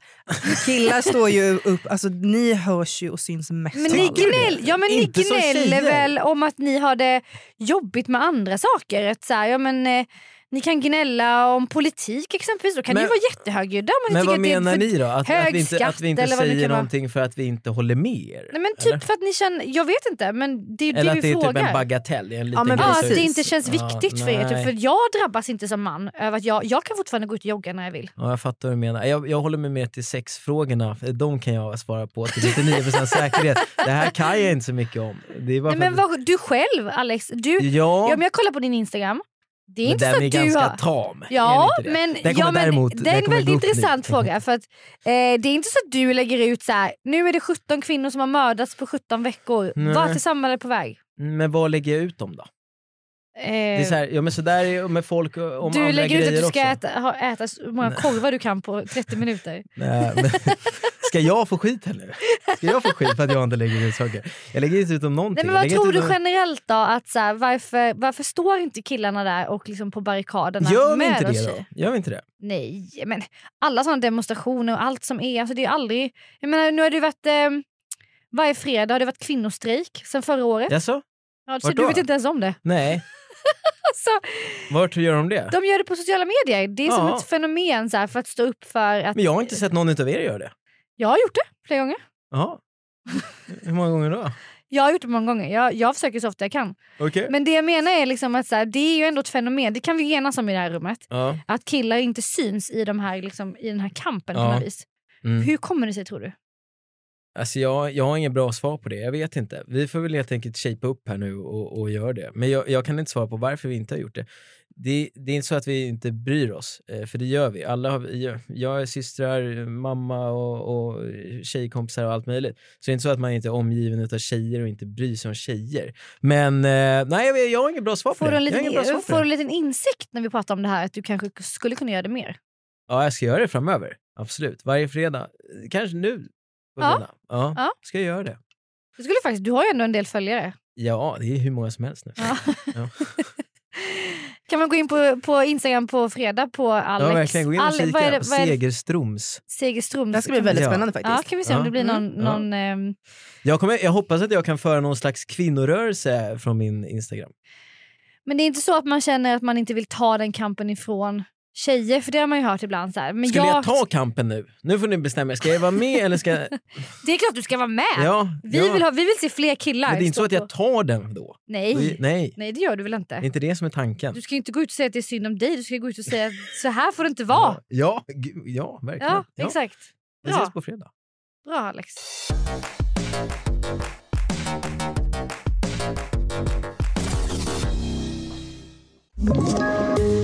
Killar står ju upp, alltså ni hörs ju och syns mest.
men
av
ni
alla.
gnäll, ja, men ni
Inte som
gnäller
tjejer.
väl om att ni har det jobbigt med andra saker? Att så här, ja, men, eh, ni kan gnälla om politik exempelvis. Då kan
Men-
ni vara jättehögljudda. om att
Men
tycker
vad
att det är
menar
för-
ni då? Att, att
hög
vi inte, att
skatt
vi inte
eller vad det nu
säger
kan vara.
någonting för att vi inte håller med er?
Nej, men typ
eller?
för att ni känner, jag vet inte, men det är ju
eller
det
att
vi
det är
frågar.
typ en bagatell? Det är En liten
Ja, men
grej
Ja,
som-
att det
Precis.
inte känns
Ja,
viktigt för er.
nej.
Typ, för jag drabbas inte som man över att jag, jag kan fortfarande gå ut och jogga när jag vill.
Ja, jag fattar vad du menar. Jag, jag håller mig med till sexfrågorna. De kan jag svara på till 99% säkerhet. Det här kan jag inte så mycket om. Det är bara
Nej, men
för att-
vad, du själv Alex, du,
Ja,
ja, men jag kollar på din Instagram. Det är
men
inte
den
så
är
att du
ganska
har...
tam.
Ja,
är den inte det?
men,
Den
ja,
kommer
men
däremot-
det
den
är en
kommer gå
väldigt
upp nu.
intressant fråga. För att, eh, det är inte så att du lägger ut så här, nu är det 17 kvinnor som har mördats på 17 veckor.
Nej.
Vart är samhället på väg?
Mm, Men vad lägger jag ut dem då?
Eh,
Det är så här, ja, men så där är ju med folk och- om
du
andra
lägger ut att
grejer
du ska
också.
äta, ha, äta så många korvar du kan på 30 minuter.
Nej, men, [LAUGHS] ska jag få skit här nu? Ska jag få skit för att jag inte lägger ut saker? Jag lägger inte ut om
Nej,
någonting.
men
Jag
vad
lägger
tror
inte
du
ut om-
generellt då? Att så här, varför, varför står inte killarna där och liksom på barrikaderna
Gör vi
med
inte
oss
det
tjejer?
då? Gör vi inte det?
Nej, men alla sådana demonstrationer och allt som är. Alltså det är aldrig, jag menar, nu har det ju varit, eh, varje fredag har det varit kvinnostrejk sen förra året.
Jaså?
Ja, så
vart
du
då?
vet inte ens om det.
Nej.
[LAUGHS] Alltså,
Vart gör de det?
de gör det på sociala medier. Det är som
Ja.
ett fenomen så här, för att stå upp för att...
Men jag har inte sett någon utav er göra det.
Jag har gjort det flera gånger.
Jaha. Hur många gånger då?
Jag har gjort det många gånger. Jag, jag försöker så ofta jag kan.
Okej.
Men det jag menar är liksom att så här, det är ju ändå ett fenomen. Det kan vi enas om i det här rummet.
Ja.
att killar inte syns i, de här, liksom, i den här kampen på
Ja.
något vis.
Mm.
Hur kommer det sig tror du?
Alltså jag, jag har inget bra svar på det. Jag vet inte. Vi får väl helt enkelt shapea upp här nu och, och göra det. Men jag, jag kan inte svara på varför vi inte har gjort det. Det, det är inte så att vi inte bryr oss, eh, för det gör vi. Alla har, jag- jag är systrar, mamma och, och tjejkompisar och allt möjligt. Så det är inte så att man inte är omgiven av tjejer och inte bryr sig om tjejer. Men eh, nej, jag, jag har inget bra svar på
Får du
det.
en
jag har inget bra svar
liten, e-
på
får du
det.
en liten insikt när vi pratar om det här att du kanske skulle kunna göra det mer?
Ja, jag ska göra det framöver. Absolut. Varje fredag. Kanske nu. på
Ja.
fredag. Ja.
Ja.
Ska jag göra det.
Du, skulle faktiskt, du har ju ändå en del följare.
Ja, det är hur många som helst nu.
Ja.
Ja.
Kan man gå in på, på Instagram på fredag på Alex?
Ja, verkligen. Gå in och
Ale-
kika.
vad är det- vad är det-
Segerstroms.
Segerström.
Det här ska bli väldigt
Ja.
spännande
Ja,
faktiskt.
kan vi se om
Ja.
det blir någon...
Mm.
någon ehm,
Jag, kommer, jag hoppas att jag kan föra någon slags kvinnorörelse från min Instagram.
Men det är inte så att man känner att man inte vill ta den kampen ifrån tjejer, för det har man ju hört ibland. Så här. Men
Skulle jag... ta kampen nu? Nu får ni bestämma er. Ska jag vara med
[LAUGHS]
eller ska jag...
Det är klart du ska vara med!
Ja,
Vi,
ja.
vill ha, vi vill se fler killar.
Men det är inte
stå
så att
på-
jag tar den då?
Nej.
Vi- Nej,
Nej, det gör du väl
det
inte?
är inte det som är tanken.
Du ska ju inte gå ut och säga att det är synd om dig. Du ska gå ut och säga att så här får det inte vara.
[LAUGHS] Ja, gu- ja verkligen.
Ja,
Ja.
exakt.
Vi
Bra.
ses på fredag.
Bra, Alex.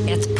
Ett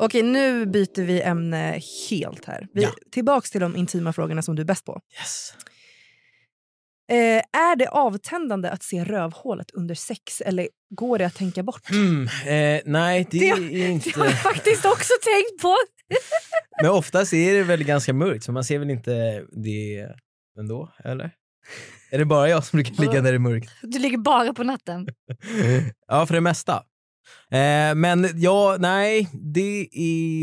Okej, nu byter vi ämne helt här. Vi,
Ja.
Tillbaks till de intima frågorna som du är bäst på.
Yes.
Eh, är det avtändande att se rövhålet under sex eller går det att tänka bort? [LAUGHS]
Mm, eh, nej, det, är
[LAUGHS]
inte...
Det har jag faktiskt också tänkt på.
Men oftast är det väl ganska mörkt, så man ser väl inte det ändå, eller? Är det bara jag som brukar ligga när det är mörkt?
Du ligger bara på natten.
Ja, för det mesta. Eh, men ja, nej, det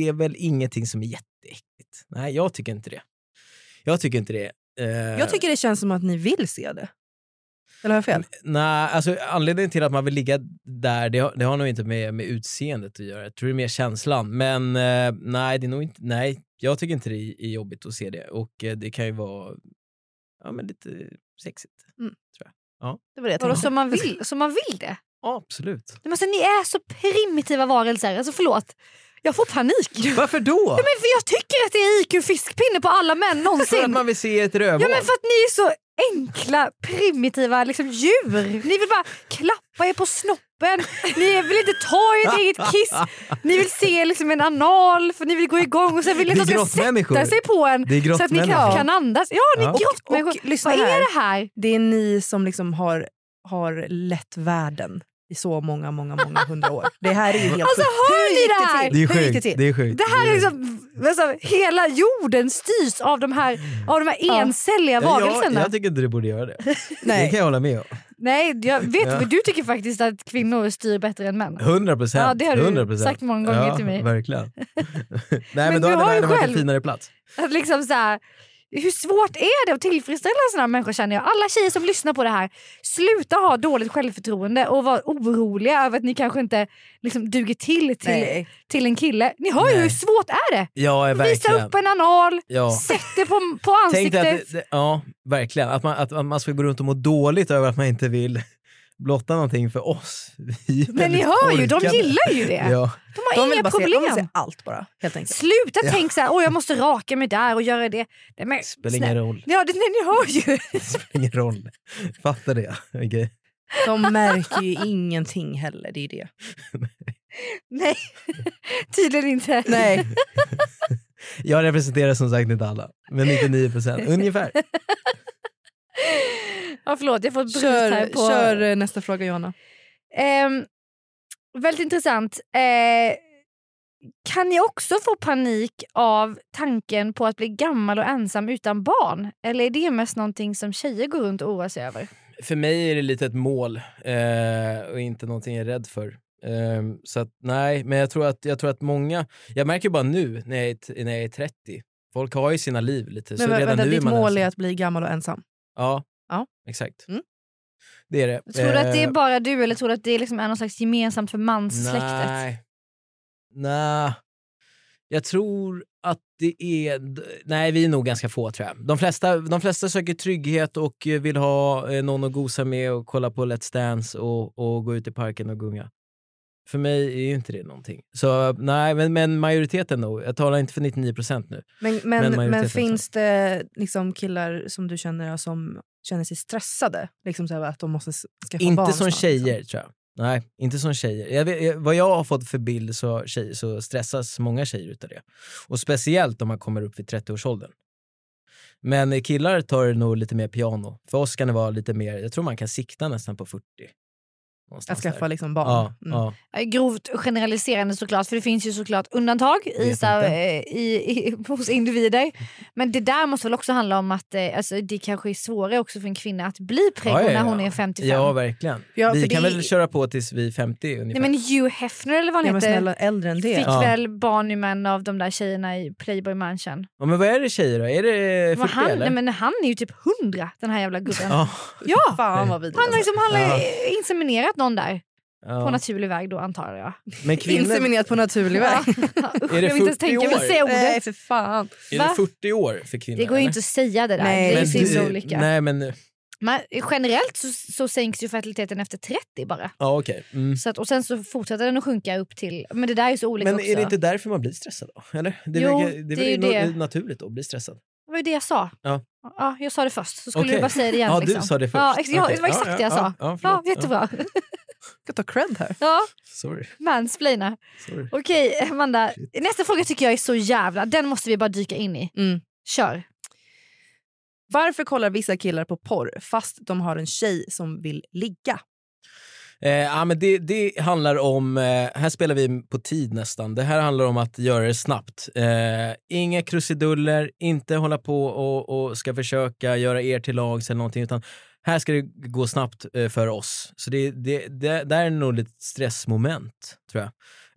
är väl ingenting som är jätteäckligt. Nej, jag tycker inte det. Jag tycker inte det. Eh,
Jag tycker det känns som att ni vill se det. Eller har jag fel?
Nej, alltså anledningen till att man vill ligga där, det har, det har nog inte med, med utseendet att göra. Jag tror det är mer känslan. Men eh, nej, det är nog inte, nej, jag tycker inte det är är jobbigt att se det. Och eh, det kan ju vara ja, men lite sexigt.
Det var det jag
Vadå,
tänkte.
som man vill, som man vill det?
Ja, absolut.
Men alltså, ni är så primitiva varelser. Alltså, förlåt. Jag får panik.
Varför då?
Men för jag tycker att det är IQ-fiskpinne på alla män
För att
någonsin.
[LAUGHS] man vill se ett rövhål?
Ja men för att ni är så enkla, primitiva liksom, djur. Ni vill bara klappa er på snoppen, ni vill inte ta ert eget kiss. Ni vill se liksom en anal, för ni vill gå igång och sen vill ni
Ni
att de ska
grottmänniskor.
sätta sig på en.
Det är
Så att ni
grottmänniskor.
knappt kan andas. Ja, ni
Ja.
är
Och-
grottmänniskor.
och lyssna
Vad
här.
är det här?
Det är ni som liksom har, har lett världen i så många, många, många hundra år. Det här är ju helt
Alltså,
sjukt.
hör
Hur
ni
gick
det här?
till? Hur gick det till?
Det är sjukt.
Det här är liksom,
Mm.
alltså, hela jorden styrs av de här, av de här encelliga
jag,
varelserna.
jag tycker inte du borde
[LAUGHS]
göra det. Det kan
Nej.
jag hålla med om.
Nej, jag vet
Ja.
du, du tycker faktiskt att kvinnor styr bättre än män.
100 procent.
Ja, det har du sagt många gånger till mig. [LAUGHS]
Verkligen. Nej, men,
Men
då
du
hade
har ju
världen varit en
själv-
finare plats.
Att liksom så här, hur svårt är det att tillfredsställa sådana människor känner jag. Alla tjejer som lyssnar på det här, sluta ha dåligt självförtroende och vara oroliga över att ni kanske inte liksom, duger till till,
Nej.
till en kille. Ni hör ju
Nej.
hur svårt är det?
Ja,
Visa
verkligen.
upp en anal,
Ja.
sätt det på, på
Tänk
ansiktet.
dig att, det- ja, verkligen. Att man, att, att man ska gå runt och må dåligt över att man inte vill blotta någonting för oss. Vi är
Men ni
väldigt
hör ju, de
korkade.
gillar ju det. De
Ja.
De
har
vill
inga
bara se, de
problem.
vill se allt bara, helt enkelt.
Sluta tänk så här, åh jag måste raka mig där och göra det. Nej, men,
Spelar ingen
snälla.
roll. [LAUGHS]
Ja, det, nej, ni hör ju. [LAUGHS]
Spelar ingen roll. Fattar det. Okej.
De märker ju ingenting heller, det är det.
Nej, tydligen inte.
Nej.
Jag representerar som sagt inte alla, men
[LAUGHS]
99 procent ungefär.
Ja, förlåt, jag får ett bryt här
[LAUGHS] Kör,
på...
kör eh, nästa fråga Johanna.
Ehm, väldigt intressant. Eh, kan ni också få panik av tanken på att bli gammal och ensam utan barn? Eller är det mest någonting som tjejer går runt och oroar sig över?
För mig är det lite ett mål eh, och inte någonting jag är rädd för. Ehm, så att, nej, men jag tror att, jag tror att många, jag märker bara nu när jag är, t- när jag är 30, folk har ju sina liv lite. så
Men vä-
redan
vänta,
nu är
ditt
man
mål
ensam.
är att bli gammal och ensam.
Ja,
Ja.
exakt.
Mm.
Det är det.
Tror du att det är
Eh,
bara du eller tror du att det liksom är något slags gemensamt för manssläktet?
Nej. Nej. Jag tror att det är... d- Nej, vi är nog ganska få tror jag. De flesta, de flesta söker trygghet och eh, vill ha eh, någon att gosa med och kolla på Let's Dance och, och gå ut i parken och gunga. För mig är ju inte det någonting. Så nej, men, men majoriteten nog. Jag talar inte för 99 procent nu.
Men,
Men
men, men,
majoriteten
finns det liksom killar som du känner som känner sig stressade? Liksom så här, att de måste s- skaffa barn
Inte som
snart, liksom?
tjejer tror jag. Nej, inte som tjejer. Jag vet, jag- vad jag har fått för bild så, tjej, så stressas många tjejer utav det. Och speciellt om man kommer upp vid 30-årsåldern. Men eh, killar tar det nog lite mer piano. För oss kan det vara lite mer, jag tror man kan sikta nästan på 40.
Att
Någonstans
skaffa
där.
liksom barn.
Alltså, Ja,
Mm.
ja.
Eh, Grovt generaliserande såklart, för det finns ju såklart undantag i,
Vet
så, här,
inte.
eh, i, i, [LAUGHS] hos individer. Men det där måste väl också handla om att eh, alltså, det kanske är svårare också för en kvinna att bli präggo
Ja, ja, ja.
när hon är 55.
ja, verkligen.
Ja, för
vi
det
kan
är-
väl köra på tills vi är 50 ungefär.
Nej, men Hugh Hefner eller vad
Ja,
han
men
heter
snälla, äldre än det.
fick
Ja.
väl barn i män av de där tjejerna i Playboy Mansion.
Ja, men vad är det tjejer då? Är det 40
Men han,
eller?
nej, men han är ju typ 100 den här jävla gubben.
Ja,
Ja!
Fan vad vidrigt.
Han
alltså.
har liksom han har
Ja.
inseminerat någon där på
ja.
naturlig väg då antar jag.
Men kvinnor,
Inseminerat på naturlig väg.
Ja. [LAUGHS] Usch,
Är det
jag vill inte ens
40
tänka mig
år?
säga ordet.
Nej för fan.
är
Va?
det 40 år för kvinnor?
Det går ju
eller?
inte att säga det där.
Nej.
Det är
Men
ju så
du-
olika.
eh, Nej, men
Men generellt så, så sänks ju fertiliteten efter 30 bara.
ja, okej. Mm.
Så att, och sen så fortsätter den att sjunka upp till... Men det där är ju så olika
Men
också.
är det inte därför man blir stressad då? Eller? Det,
Jo,
verkar, det,
det är ju
är väl
det.
no- naturligt då, att bli stressad?
Det var ju det jag sa.
Ja.
Ja, jag sa det först, så skulle
Okej.
du bara säga det igen.
Ja,
liksom.
du sa det först.
Ja, ex- ja,
Okej.
det var exakt det jag sa.
Ja,
Ja,
förlåt.
jättebra.
Ska ta cred här.
[LAUGHS] Ja,
Sorry.
mansplaina.
sorry.
Okej, Amanda. Nästa fråga tycker jag är så jävla... Den måste vi bara dyka in i.
Mm.
Kör.
Varför kollar vissa killar på porr fast de har en tjej som vill ligga?
Eh, ja, men det, det handlar om, eh, här spelar vi på tid nästan, det här handlar om att göra det snabbt. Eh, inga krusiduller, inte hålla på och, och ska försöka göra er till lags eller någonting, utan här ska det gå snabbt eh, för oss. Så det, det, det, där är nog lite stressmoment, tror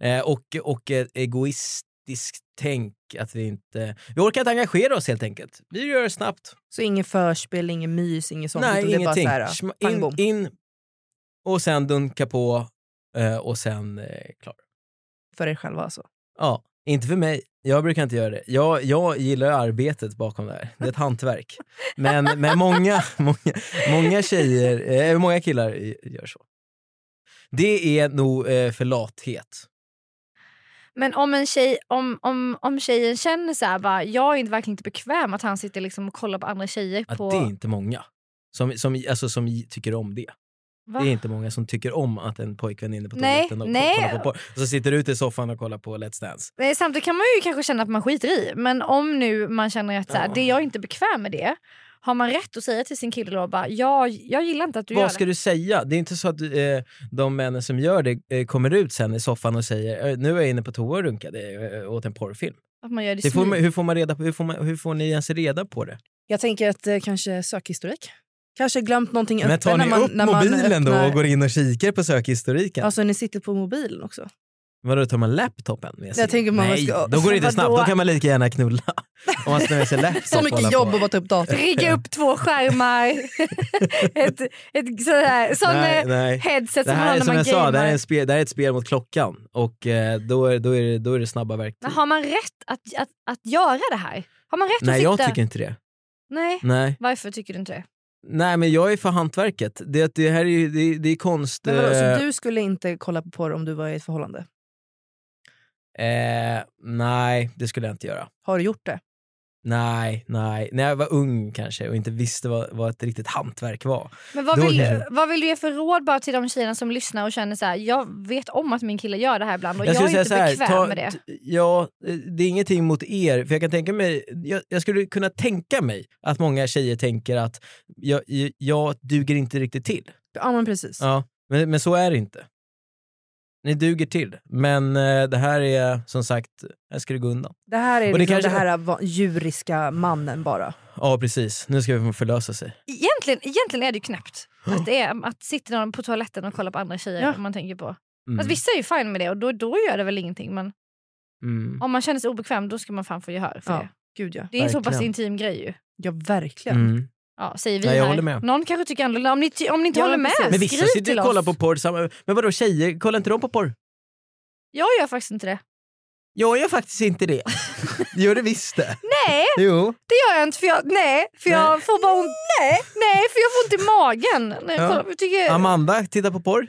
jag. Eh, och, och ett egoistiskt tänk, att vi inte... Vi orkar inte engagera oss helt enkelt. Vi gör det snabbt.
Så ingen förspel, ingen mys, inget sånt.
Nej,
utan
ingenting.
Det är bara så
Schma-
här, pang, bom.
in, in och sen dunka på eh, och sen eh, klar.
för er själva alltså.
Ja, inte för mig. Jag brukar inte göra det. Jag, jag gillar ju arbetet bakom det här. Det är ett hantverk. Men, men många, [LAUGHS] många, många, tjejer, eh, många killar gör så. Det är nog eh, för lathet.
Men om, en tjej, om, om, om tjejen känner så här, bara, jag är inte- verkligen inte bekväm att han sitter liksom och kollar på andra tjejer.
Att
på...
Det är inte många som, som, alltså, som tycker om det.
Va?
Det är inte många som tycker om att en pojkvän är inne på
Nej,
toaletten och
nej.
kollar på porr. Och så sitter du ute i soffan och kollar på Let's Dance.
Nej, samtidigt kan man ju kanske känna att man skiter i. Men om nu man känner att så här,
Ja.
det jag är inte bekväm med det. Har man rätt att säga till sin kille då bara, jag, jag gillar inte att du gör
Vad ska
det.
du säga? Det är inte så att eh, de männen som gör det eh, kommer ut sen i soffan och säger eh, nu är jag inne på toa och runkade eh, åt en porrfilm.
Att man gör det
Hur får,
smyg.
man, hur, får man reda på, hur, får man, hur får ni ens reda på det?
Jag tänker att eh, kanske sökhistorik. Kanske glömt någonting
Men
öppet
tar ni
när man,
upp
när man
mobilen då
öppnar-
och går in och kikar på sökhistoriken?
Alltså ni sitter på mobilen också.
Vadå, tar man laptopen med sig?
Jag tänker man
Nej,
ska-
då går det inte
Vadå?
snabbt. Då kan man lika gärna knulla.
[LAUGHS]
Om man ska med sig laptop
Så
och hålla
mycket jobb
på.
att bara ta upp datorn.
Rigga upp två
[LAUGHS]
skärmar. ett, ett sådär, sån
Nej,
eh,
nej.
headset
Det
som man har
här är
när
som
man
jag sa, det här är,
gamer.
en spel, det här är ett spel mot klockan och eh, då, är, då, är det, då är det snabba verktyg.
Men har man rätt att, att, att göra det här? Har man rätt
Nej,
att
jag
sitta?
tycker inte det.
Nej.
Nej.
Varför tycker du inte det?
Nej, men jag är för hantverket. Det, det här är, ju- det, det är konst...
Men vadå,
eh,
så du skulle inte kolla på porr om du var i ett förhållande?
eh, nej, det skulle jag inte göra.
Har du gjort det?
Nej, nej. När jag var ung kanske och inte visste vad, vad ett riktigt hantverk var.
Men vad
Då
vill,
kanske-
vad vill du ge för råd bara till de tjejerna som lyssnar och känner så här, jag vet om att min kille gör det här ibland och jag, är inte bekväm
ta-
med det.
t- ja, eh, det är ingenting mot er, för jag kan tänka mig, jag, jag skulle kunna tänka mig att många tjejer tänker att jag, jag, jag duger inte riktigt till.
Ja men precis.
Ja, men, men så är det inte. Ni duger till, men eh, det här är som sagt, här ska det gå undan.
Det här är
Och det
liksom
kanske-
det här va- djuriska mannen bara.
Ja, precis. Nu ska vi få förlösa sig.
Egentligen, egentligen är det ju knäppt
[GASPS]
att, det är, att sitta någon på toaletten och kolla på andra tjejer.
Ja.
Om man tänker på.
Mm.
Alltså, vissa är ju fine med det och då, då gör det väl ingenting. Men
Mm.
om man känner sig obekväm då ska man fan få gehör för
Ja.
det.
Gud ja.
Det är en så
Verkligen.
pass intim grej ju.
Ja verkligen.
Mm.
Ja, säger vi
Nej, jag
här.
håller med.
Någon kanske tycker annorlunda. Om ni, ty- om ni inte
Ja,
håller
precis.
med,
Men vissa
skriv
sitter
till
och kollar
oss.
på porr samma- Men vadå tjejer, kollar inte de på porr?
Jag gör faktiskt inte det.
Jag gör faktiskt inte [LAUGHS] det. Gör det visst det.
Nej,
Jo.
det gör jag inte. För jag, nej, för jag
Nej.
får bara ont. Nej. nej, för jag får ont i magen. När jag,
Ja.
kollar, jag, tycker,
Eh.
Amanda, titta på porr.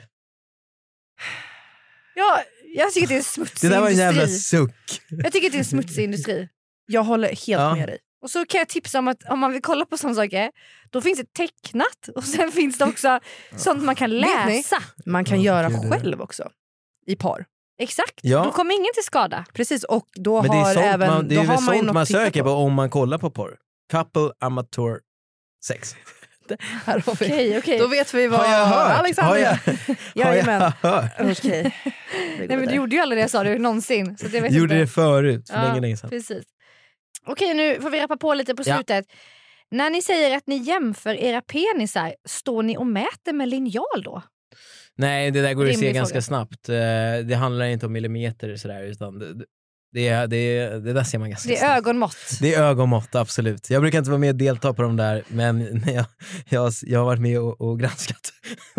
jag, jag tycker att det är en smutsig
Det där var en jävla
industri.
suck.
Jag tycker att det är en smutsig industri.
Jag håller helt
Ja.
med dig.
Och så kan jag tipsa om att om man vill kolla på sådana saker, då finns det tecknat och sen finns det också sånt man kan
Vet ni?
läsa.
Man kan
Ja,
göra
det är det.
själv också. I par.
Exakt,
Ja.
då kommer ingen till skada.
Precis, och då
Men det
har
är sånt
även...
man, det
då
är
har
väl
man, ju
sånt man,
något att titta
söker på om man kollar på porr. Couple amateur sex.
[LAUGHS] Här har vi.
Okej, okej.
Då vet vi vad
har jag hört?
Alexander...
Har jag, har jag
Jajamän.
hört?
[LAUGHS] Okej. Vi går
Nej men du
vidare.
gjorde ju aldrig det sa du, någonsin. Så att jag vet
Gjorde
inte.
det förut, för
Ja,
länge, länge sedan.
Precis. Okej, nu får vi rappa på lite på
Ja.
slutet. När ni säger att ni jämför era penisar, står ni och mäter med linjal då?
Nej, det där går att
Rimlig
se
fråga.
ganska snabbt. Eh, Det handlar inte om millimeter sådär, utan det, det- det, är- det, är- det där ser man ganska
Det
snabbt.
är ögonmått.
Det är ögonmått, absolut. Jag brukar inte vara med och delta på de där, men [LAUGHS] när jag, jag, jag har varit med och, och granskat. [LAUGHS]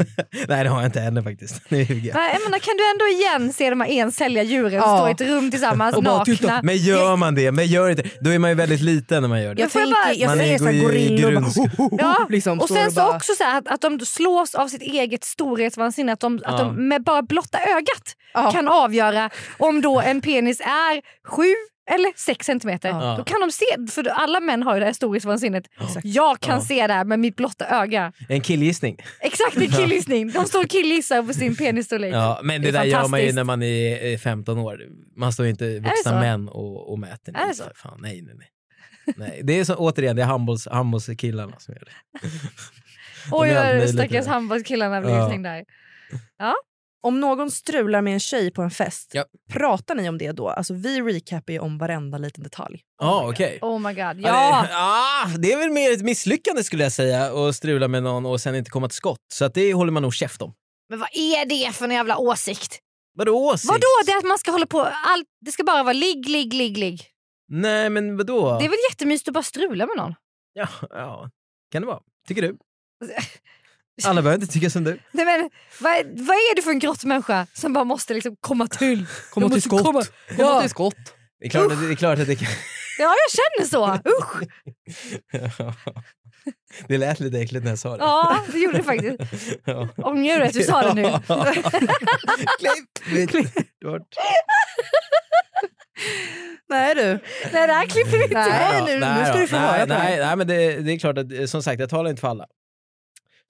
Nej, det har jag inte ännu faktiskt. Nu ljuger jag.
Va, jag menar, kan du ändå igen se de här encelliga djuren
Ja.
stå i ett rum tillsammans
Och bara,
nakna?
titta, men gör man det? Men gör inte. Då är man ju väldigt liten när man gör det.
Ja,
Jag
får jag
tänker,
bara-
jag
Man
ser
är-
så här
går i
gorillor bara,
grönska.
ho, ho, ho,
[LAUGHS]
Ja,
[LAUGHS] liksom,
och
står
sen så
bara-
också så här att, att de slås av sitt eget storhetsvansinne, att de, att
Ja.
de med bara blotta ögat
Ja.
kan avgöra om då en penis är sju eller sex centimeter.
Ja.
Då kan de se, för alla män har ju det här storhetsvansinnet.
Exakt.
Jag kan
Ja.
se det här med mitt blotta öga.
En killgissning.
Exakt, det är killgissning. De står och killgissar på sin penisstorlek.
Ja, men det,
typ. Det är
där gör man ju
fantastiskt.
när man är eh, 15 år. Man står ju inte
så?
vuxna män och, och mäter.
Är det
Nej,
så?
för Fan, nej, nej, nej. nej. Det är så, återigen, det är handbolls, handbollskillarna
[LAUGHS]
som
Oh
gör det.
Oj,
de är
vad
alltid
stackars
lite-
handbollskillarna blir
Ja.
ja. där.
Om någon strular med en tjej på en fest,
Ja.
pratar ni om det då? Alltså, vi recapar ju om varenda liten detalj.
Ja, okej.
Oh my god,
Ja,
ja.
det, [LAUGHS] ah, det är väl mer ett misslyckande skulle jag säga att strula med någon och sen inte komma till skott. Så att det håller man nog käft om.
Men vad är det för en jävla åsikt?
Vadå åsikt?
Vadå det är att man ska hålla på, allt, det ska bara vara ligg, ligg, ligg, ligg.
Nej men vadå?
Det är väl jättemysigt att bara strula med någon?
Ja, ja, kan det vara.
[LAUGHS]
Tycker du? Alla behöver inte tycka som du.
Nej, men, vad, vad är det för en grottmänniska som bara måste liksom komma till?
Komma
Jag
till
måste
skott.
komma-
Komma
Ja.
till skott.
Det är klart att det, det, är klart att det kan...
[LAUGHS] Ja, jag känner så. Usch!
[LAUGHS] Det lät lite äckligt när jag sa det.
Ja, det gjorde det faktiskt.
[LAUGHS] Ja.
Ångrar du att du sa det nu?
[LAUGHS] Klipp! Bort.
Nej du.
Nej, det här klipper vi inte.
Nej, nu- nu ska
då.
du få
nej,
höra på
nej, nej, men det, det är klart att, eh, som sagt, jag talar inte för alla.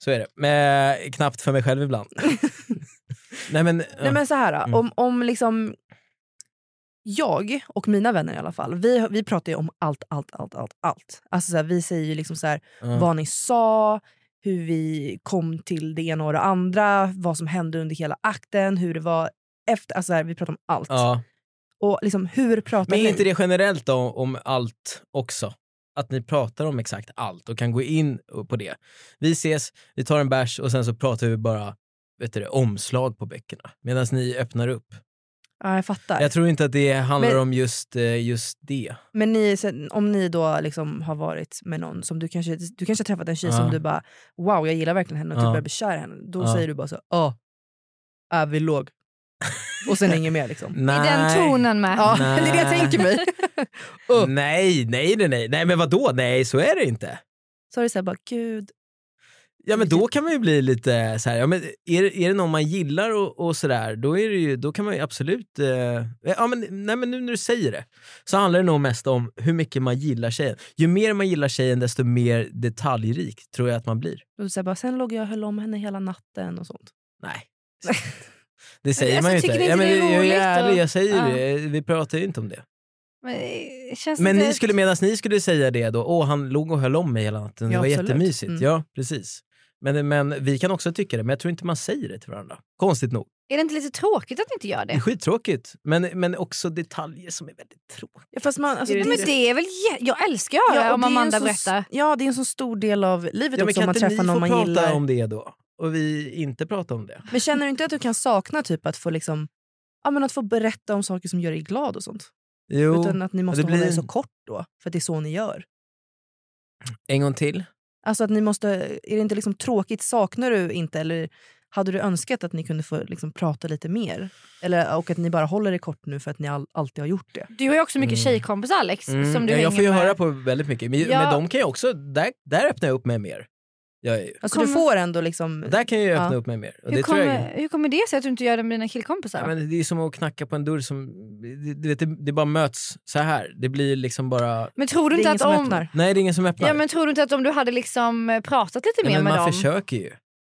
Så är det. Men, eh, knappt för mig
[LAUGHS]
själv ibland. nej men, ja.
Nej men så här,
Mm.
om, om liksom jag och mina vänner i alla fall, vi, vi pratar ju om allt, allt, allt, allt. allt. Alltså så här, vi säger ju liksom så här,
ja.
vad ni sa, hur vi kom till det ena och det andra, vad som hände under hela akten, hur det var efter. Alltså så här, vi pratar om allt.
Ja.
Och liksom, hur pratar
Men
ni?
är inte det generellt då, om allt också? Att ni pratar om exakt allt och kan gå in på det. Vi ses, vi tar en bärs och sen så pratar vi bara vet du, det, omslag på böckerna. Medan ni öppnar upp.
Ja, jag fattar.
Jag tror inte att det handlar
Men-
om just, eh, just det.
Men ni, sen- om ni då liksom har varit med någon som du kanske, du kanske har träffat en tjej
Ja.
som du bara wow jag gillar verkligen henne och
Ja.
typ börjar bli kär i henne. Då
Ja.
säger du bara så ja, äh, vi
[LAUGHS]
låg. och sen inget mer liksom.
I den tonen med.
Ja, [LAUGHS] det är det jag
Nej.
tänker
[LAUGHS]
mig. Upp.
Nej, nej, nej, nej, nej, men vadå? Nej, så är det inte.
Så har du såhär bara gud.
Ja, men då kan man ju bli lite så här, ja, men är, det- är det någon man gillar och, och sådär, då, är det ju, då kan man ju absolut... Eh, ja, men, nej, men nu när du säger det så handlar det nog mest om hur mycket man gillar tjejen. Ju mer man gillar tjejen, desto mer detaljrik tror jag att man blir.
Och du säger bara sen låg jag och höll om henne hela natten och sånt.
Nej.
[LAUGHS]
Det säger
Alltså,
man ju
tycker
inte.
ni inte
ja, men,
det är
jag- jag
roligt
är ärlig,
och-
jag säger
Ja. Alltså,
det. Vi pratar ju inte om det.
Men, eh, känns
Men
inte-
ni skulle, medan ni skulle säga det då, åh han låg och höll om mig hela natten, det
Ja,
var
absolut.
jättemysigt.
Mm.
Ja, precis. Men, men vi kan också tycka det, men jag tror inte man säger det till varandra. Konstigt nog.
Är det inte lite tråkigt att ni inte gör
Det är
det?
skittråkigt, men, men också detaljer som är väldigt tråkiga.
Ja, fast man, alltså,
Ja, men det är väl, jä- jag älskar att höra
och
om
det är en
Amanda
så-
berättar.
Ja det är en så stor del av livet också
Ja, men
om
kan
man
inte ni
träffar någon
få
man
prata
gillar.
om det då? Och vi inte prata om det?
Men känner du inte att du kan sakna typ att få liksom Ja, men att få berätta om saker som gör dig glad och sånt.
Jo,
Utan att ni måste
det
hålla
blir-
det så kort då, för att det är så ni gör.
en gång till.
Alltså att ni måste, är det inte liksom tråkigt, saknar du inte eller hade du önskat att ni kunde få liksom prata lite mer? Eller, och att ni bara håller det kort nu för att ni all, alltid har gjort det.
Du har ju också mycket
Mm.
tjejkompisar Alex. Som du
ja, jag
hänger
får ju
med.
höra på väldigt mycket, men,
Ja.
men de kan ju också, där, där öppnar jag upp mig mer. Jag är ju.
Alltså
Kommer-
du får ändå liksom...
Där kan jag ju öppna
Ja.
upp mig mer. Och
Hur
det tror jag,
kommer, hur kommer det sig att du inte gör det med dina killkompisar?
ja, men det är som att knacka på en dörr som... Det, det, det, det bara möts så här. Det blir liksom bara...
Men tror du
Det är
inte
ingen
att
som
om...
öppnar.
Nej, det är ingen som öppnar.
Ja, men tror du inte att om du hade liksom eh, pratat lite
Ja,
mer
men
med
man
dem...
försöker ju.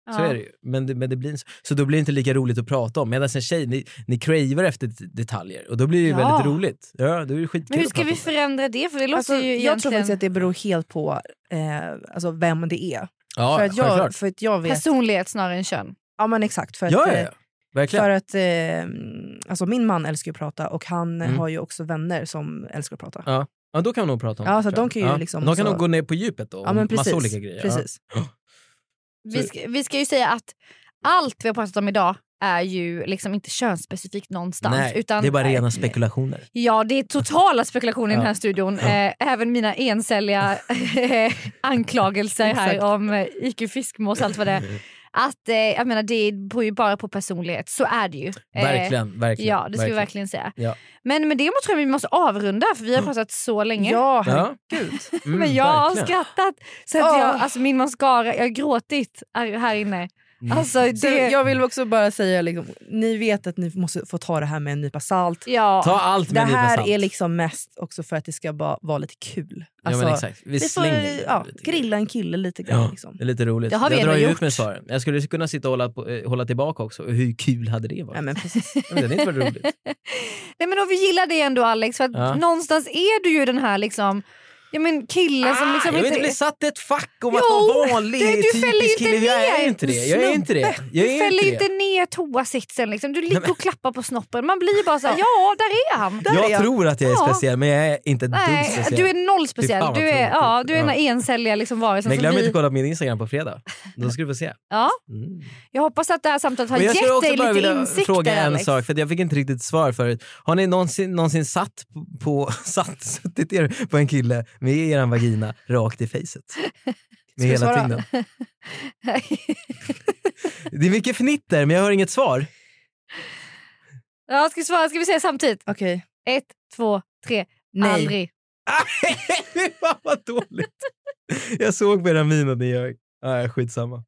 ja.
Så är det ju. Men det, men det blir, inte så- så då blir det inte lika roligt att prata om. Medan en tjej, ni, ni cravar efter det- detaljer och då blir det ju
Ja.
väldigt roligt. Ja, då är det skitkul
Men hur
att
ska
prata
vi
om det.
förändra det? För det låter
Alltså,
ju egentligen...
jag tror faktiskt att det beror helt på eh, alltså vem det är.
Ja,
för, att jag,
självklart.
för att jag vet...
Personlighet snarare än kön.
Ja men exakt. För att,
Ja, ja,
eh,
ja. Verkligen.
För att eh, alltså min man älskar ju att prata och han
Mm.
har ju också vänner som älskar att prata.
Ja, Ja, då kan de nog prata om
Ja,
det,
så
tror
de kan ju
jag.
liksom
De kan
så-
nog gå ner på djupet då,
Ja, men precis.
massa olika grejer.
Precis.
Vi ska, vi ska ju säga att allt vi har pratat om idag är ju liksom inte könsspecifikt
Ja.
någonstans.
Nej,
utan,
det är bara rena spekulationer.
Ja, det är totala spekulationer i den
Ja.
här studion. Eh, även mina encelliga eh, anklagelser här
Exakt.
om eh, IQ Fiskmås och allt vad det
[LAUGHS]
är. Att, eh, jag menar, det beror ju bara på personlighet. Så är det ju. Eh,
verkligen, verkligen.
Ja, det ska vi verkligen säga.
Ja. Mm.
Men med det tror jag vi måste avrunda för vi har pratat så länge.
Ja,
Ja.
herregud.
Mm,
Men jag har
verkligen.
skrattat. Så att jag,
Åh.
alltså min mascara, jag har gråtit här här inne.
Mm.
Alltså det...
Så jag vill också bara säga, liksom, ni vet att ni måste få ta det här med en nypa salt.
Ja.
Ta allt
Det
med en nypa
här
salt.
är liksom mest också för att det ska bara vara lite kul. Alltså,
ja, men exakt. Vi
vi får
slänger in
ja,
lite grejer.
grilla en kille lite grann.
Ja,
Liksom.
Det är lite roligt.
Det har vi
jag
ändå
drar ju ut
gjort.
med svaren. Jag skulle kunna sitta och hålla, på, eh, hålla tillbaka också. Hur kul hade det varit?
Ja, men precis.
Ja, men Det hade inte
[LAUGHS]
varit roligt.
Alltså, Nej men och vi gillar det ändå Alex för att
Ja.
någonstans är du ju den här liksom, ja men killen som liksom
jag vill inte
inte...
bli satt i ett fack om att
Jo,
vara vanlig,
du- du fäller
typisk
inte
kille. Jag är
ner.
ju inte det. Jag är inte det. Jag
Du
är
fäller
inte
inte
det.
ner toasitsen liksom. Du ligger och klappar på snoppen. Man blir bara så här, ja där är han.
Där är
Jag
jag.
tror att jag är
Ja.
speciell, men jag är inte ett dugg
Nej,
speciell.
du är noll
fan
speciell.
vad
Du är,
tråkigt.
ja, du är den här
Ja.
encelliga liksom varelsen.
Men
som
glöm
vi-
inte att kolla på min Instagram på fredag. Då ska du få se.
ja,
Mm.
jag hoppas att det här samtalet har
Men jag skulle
gett
också
dig
bara
lite
vilja
insikter
fråga en
Alex.
sak, för att jag fick inte riktigt svar förut. Har ni någonsin, någonsin satt på, på [LAUGHS] satt, suttit er på en kille med er vagina rakt i facet?
[LAUGHS]
jag
Med hela
svara?
tyngden. Det är mycket fnitter, men jag hör
[LAUGHS]
inget svar.
ja, ska, vi svara, ska vi säga samtidigt?
Okej.
Ett, två, tre.
Nej.
Aldrig.
Fan vad dåligt. Jag såg på era min att ni gör... Nej, skitsamma.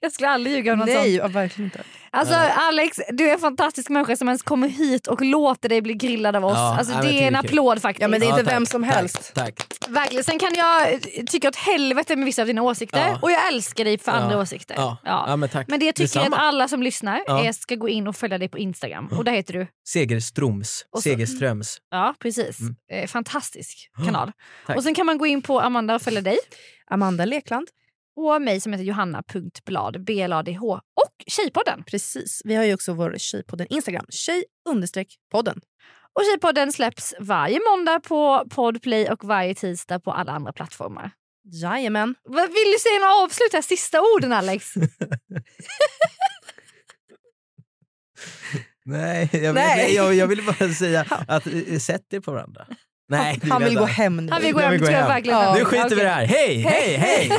Jag skulle aldrig ljuga om något sånt.
Nej, ja, verkligen inte.
Alltså
Nej.
Alex, du är en fantastisk människa som ens kommer hit och låter dig bli grillad av oss.
Ja,
alltså,
nej, men jag
det är
tycker
en
det är kul.
applåd faktiskt.
Ja, men det är
Ja,
inte
tack.
vem som helst.
Tack. tack.
Verkligen. Sen kan jag eh, tycka åt helvete med vissa av dina åsikter
Ja.
och jag älskar dig för
Ja.
andra åsikter.
Ja.
Ja.
Ja, men tack.
Men det tycker jag
Detsamma.
att alla som lyssnar
Ja.
eh, ska gå in och följa dig på Instagram. Och där heter du?
Segerstroms.
Och så-
Segerströms.
Ja, precis.
Mm.
Eh,
[GASPS]
fantastisk
Ja.
kanal.
Tack.
Och sen kan man gå in på Amanda och följa dig.
Amanda Lekland.
Och mig som heter johanna.blad, B-L-A-D-H. Och Tjejpodden.
Precis. Vi har ju också vår tjejpodden Instagram. Tjej understreck podden.
Och Tjejpodden släpps varje måndag på Podplay och varje tisdag på alla andra plattformar.
Jajamän.
Vad vill du säga några avslut här? Sista orden
[LAUGHS]
Alex?
Nej, jag,
Nej.
nej, Jag, jag vill bara
[LAUGHS]
säga att eh, sätt er på varandra. Nej, det
Han
jag
vill
inte.
gå hem nu.
Han vill gå
Jag
hem,
vill gå
tror jag
hem.
verkligen.
Ja.
Ja,
Nu skiter vi i
okej.
det här. Hej, hej, hej!